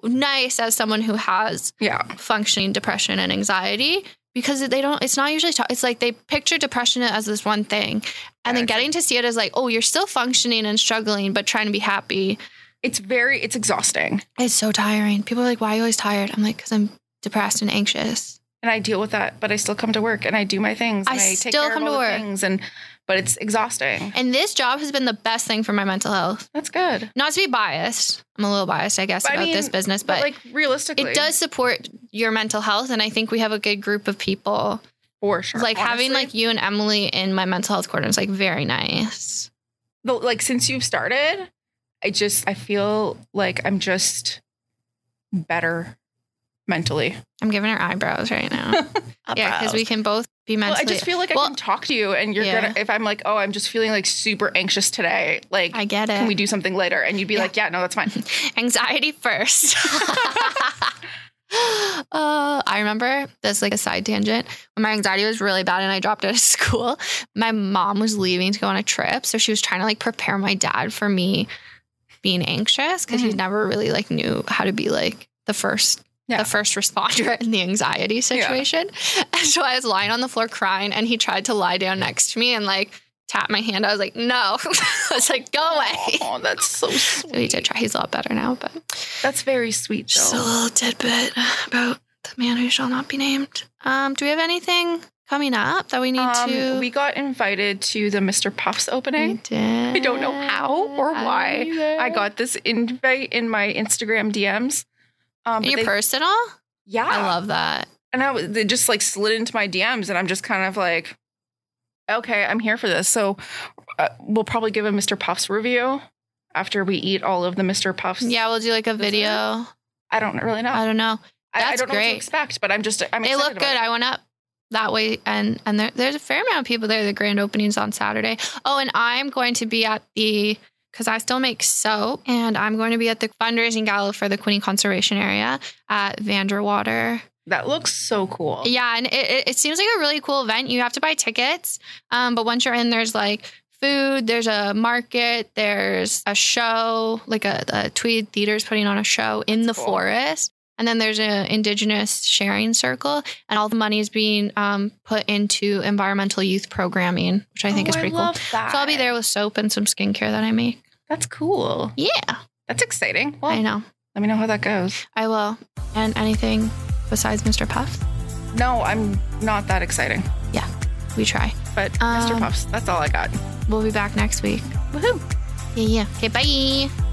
Speaker 1: nice as someone who has
Speaker 2: Yeah,
Speaker 1: functioning depression and anxiety because they don't it's not usually ta- it's like they picture depression as this one thing and then
Speaker 2: Yeah,
Speaker 1: getting to see it as like oh you're still functioning and struggling but trying to be happy
Speaker 2: it's very, it's exhausting,
Speaker 1: it's so tiring people are like why are you always tired i'm like because i'm depressed and anxious
Speaker 2: and I deal with that. But I still come to work, and I do my things.
Speaker 1: I
Speaker 2: and I take
Speaker 1: still
Speaker 2: care
Speaker 1: come
Speaker 2: of all
Speaker 1: to
Speaker 2: the
Speaker 1: work.
Speaker 2: things, and but it's exhausting.
Speaker 1: and this job has been the best thing for my mental health
Speaker 2: That's good.
Speaker 1: not to be biased i'm a little biased i guess
Speaker 2: But I
Speaker 1: about
Speaker 2: mean,
Speaker 1: this business
Speaker 2: But,
Speaker 1: but,
Speaker 2: like realistically,
Speaker 1: it does support your mental health and i think we have a good group of people
Speaker 2: for sure.
Speaker 1: like having
Speaker 2: Honestly,
Speaker 1: like you and emily in my mental health corner is like very nice
Speaker 2: the, like since you've started, I just I feel like I'm just better mentally.
Speaker 1: I'm giving her eyebrows right
Speaker 2: (laughs)
Speaker 1: now. yeah, because we can both be
Speaker 2: Well,
Speaker 1: mentally.
Speaker 2: I just feel like I
Speaker 1: Well,
Speaker 2: can talk to you, and you're
Speaker 1: yeah.
Speaker 2: gonna. If I'm like, oh, I'm just feeling like super anxious today, like,
Speaker 1: I get
Speaker 2: can
Speaker 1: it.
Speaker 2: we do something later? And you'd be
Speaker 1: Yeah.
Speaker 2: like, yeah, no,
Speaker 1: (laughs)
Speaker 2: that's fine.
Speaker 1: Anxiety first. (laughs) Uh, I remember this like a side tangent. When my anxiety was really bad and I dropped out of (laughs) school, my mom was leaving to go on a trip, so she was trying to like prepare my dad for me being anxious because he
Speaker 2: Mhm.
Speaker 1: never really like knew how to be like the first
Speaker 2: Yeah.
Speaker 1: the first responder (laughs) in the anxiety situation. (laughs) And so I was lying on the floor crying, and he tried to lie down next to me and like tap my hand. I was like, no. (laughs) I was like, go (laughs) away.
Speaker 2: oh, that's so
Speaker 1: So he
Speaker 2: sweet.
Speaker 1: did try. He's a lot better now, but
Speaker 2: That's very sweet,
Speaker 1: just a
Speaker 2: though.
Speaker 1: little tidbit about the man who shall not be named. Um, do we have anything coming up that we need to?
Speaker 2: Um, we got invited to the Mr. Puffs
Speaker 1: We
Speaker 2: opening.
Speaker 1: did.
Speaker 2: I don't know how or
Speaker 1: I
Speaker 2: why.
Speaker 1: don't either.
Speaker 2: I got this invite in my Instagram DMs.
Speaker 1: In
Speaker 2: Um, but
Speaker 1: your
Speaker 2: they-
Speaker 1: personal.
Speaker 2: yeah,
Speaker 1: I love that.
Speaker 2: and I was, they just like slid into my DMs, and I'm just kind of like, okay, I'm here for this. So uh, we'll probably give a Mr. Puffs review after we eat all of the Mr. Puffs.
Speaker 1: Yeah, we'll do like a
Speaker 2: Is there-
Speaker 1: video.
Speaker 2: I don't really know.
Speaker 1: I
Speaker 2: I,
Speaker 1: don't know.
Speaker 2: I
Speaker 1: that's
Speaker 2: don't know what
Speaker 1: great.
Speaker 2: to expect, but I'm just I'm.
Speaker 1: they
Speaker 2: excited
Speaker 1: look good.
Speaker 2: about it.
Speaker 1: I went up that way, and and there, there's a fair amount of people there. The grand opening's on Saturday. Oh, and I'm going to be at the because I still make soap, and I'm going to be at the fundraising gala for the Quinny Conservation Area at Vanderwater.
Speaker 2: That looks so cool.
Speaker 1: Yeah, and it, it, it seems like a really cool event. You have to buy tickets, um, but once you're in, there's like food, there's a market, there's a show, like a, a Tweed Theater's putting on a show in
Speaker 2: That's
Speaker 1: the
Speaker 2: cool.
Speaker 1: forest. And then there's an Indigenous sharing circle, and all the money is being um, put into environmental youth programming, which I think
Speaker 2: Oh,
Speaker 1: is pretty cool.
Speaker 2: love That.
Speaker 1: So I'll be there with soap and some skincare that I make.
Speaker 2: That's cool.
Speaker 1: Yeah,
Speaker 2: That's exciting. Well,
Speaker 1: I know.
Speaker 2: let me know how that goes.
Speaker 1: I will. And anything besides Mr. Puff,
Speaker 2: No, I'm not that exciting,
Speaker 1: we try.
Speaker 2: but
Speaker 1: Um,
Speaker 2: Mr. Puffs. That's all I got.
Speaker 1: We'll be back next week.
Speaker 2: Woohoo!
Speaker 1: Yeah, yeah. Okay, bye.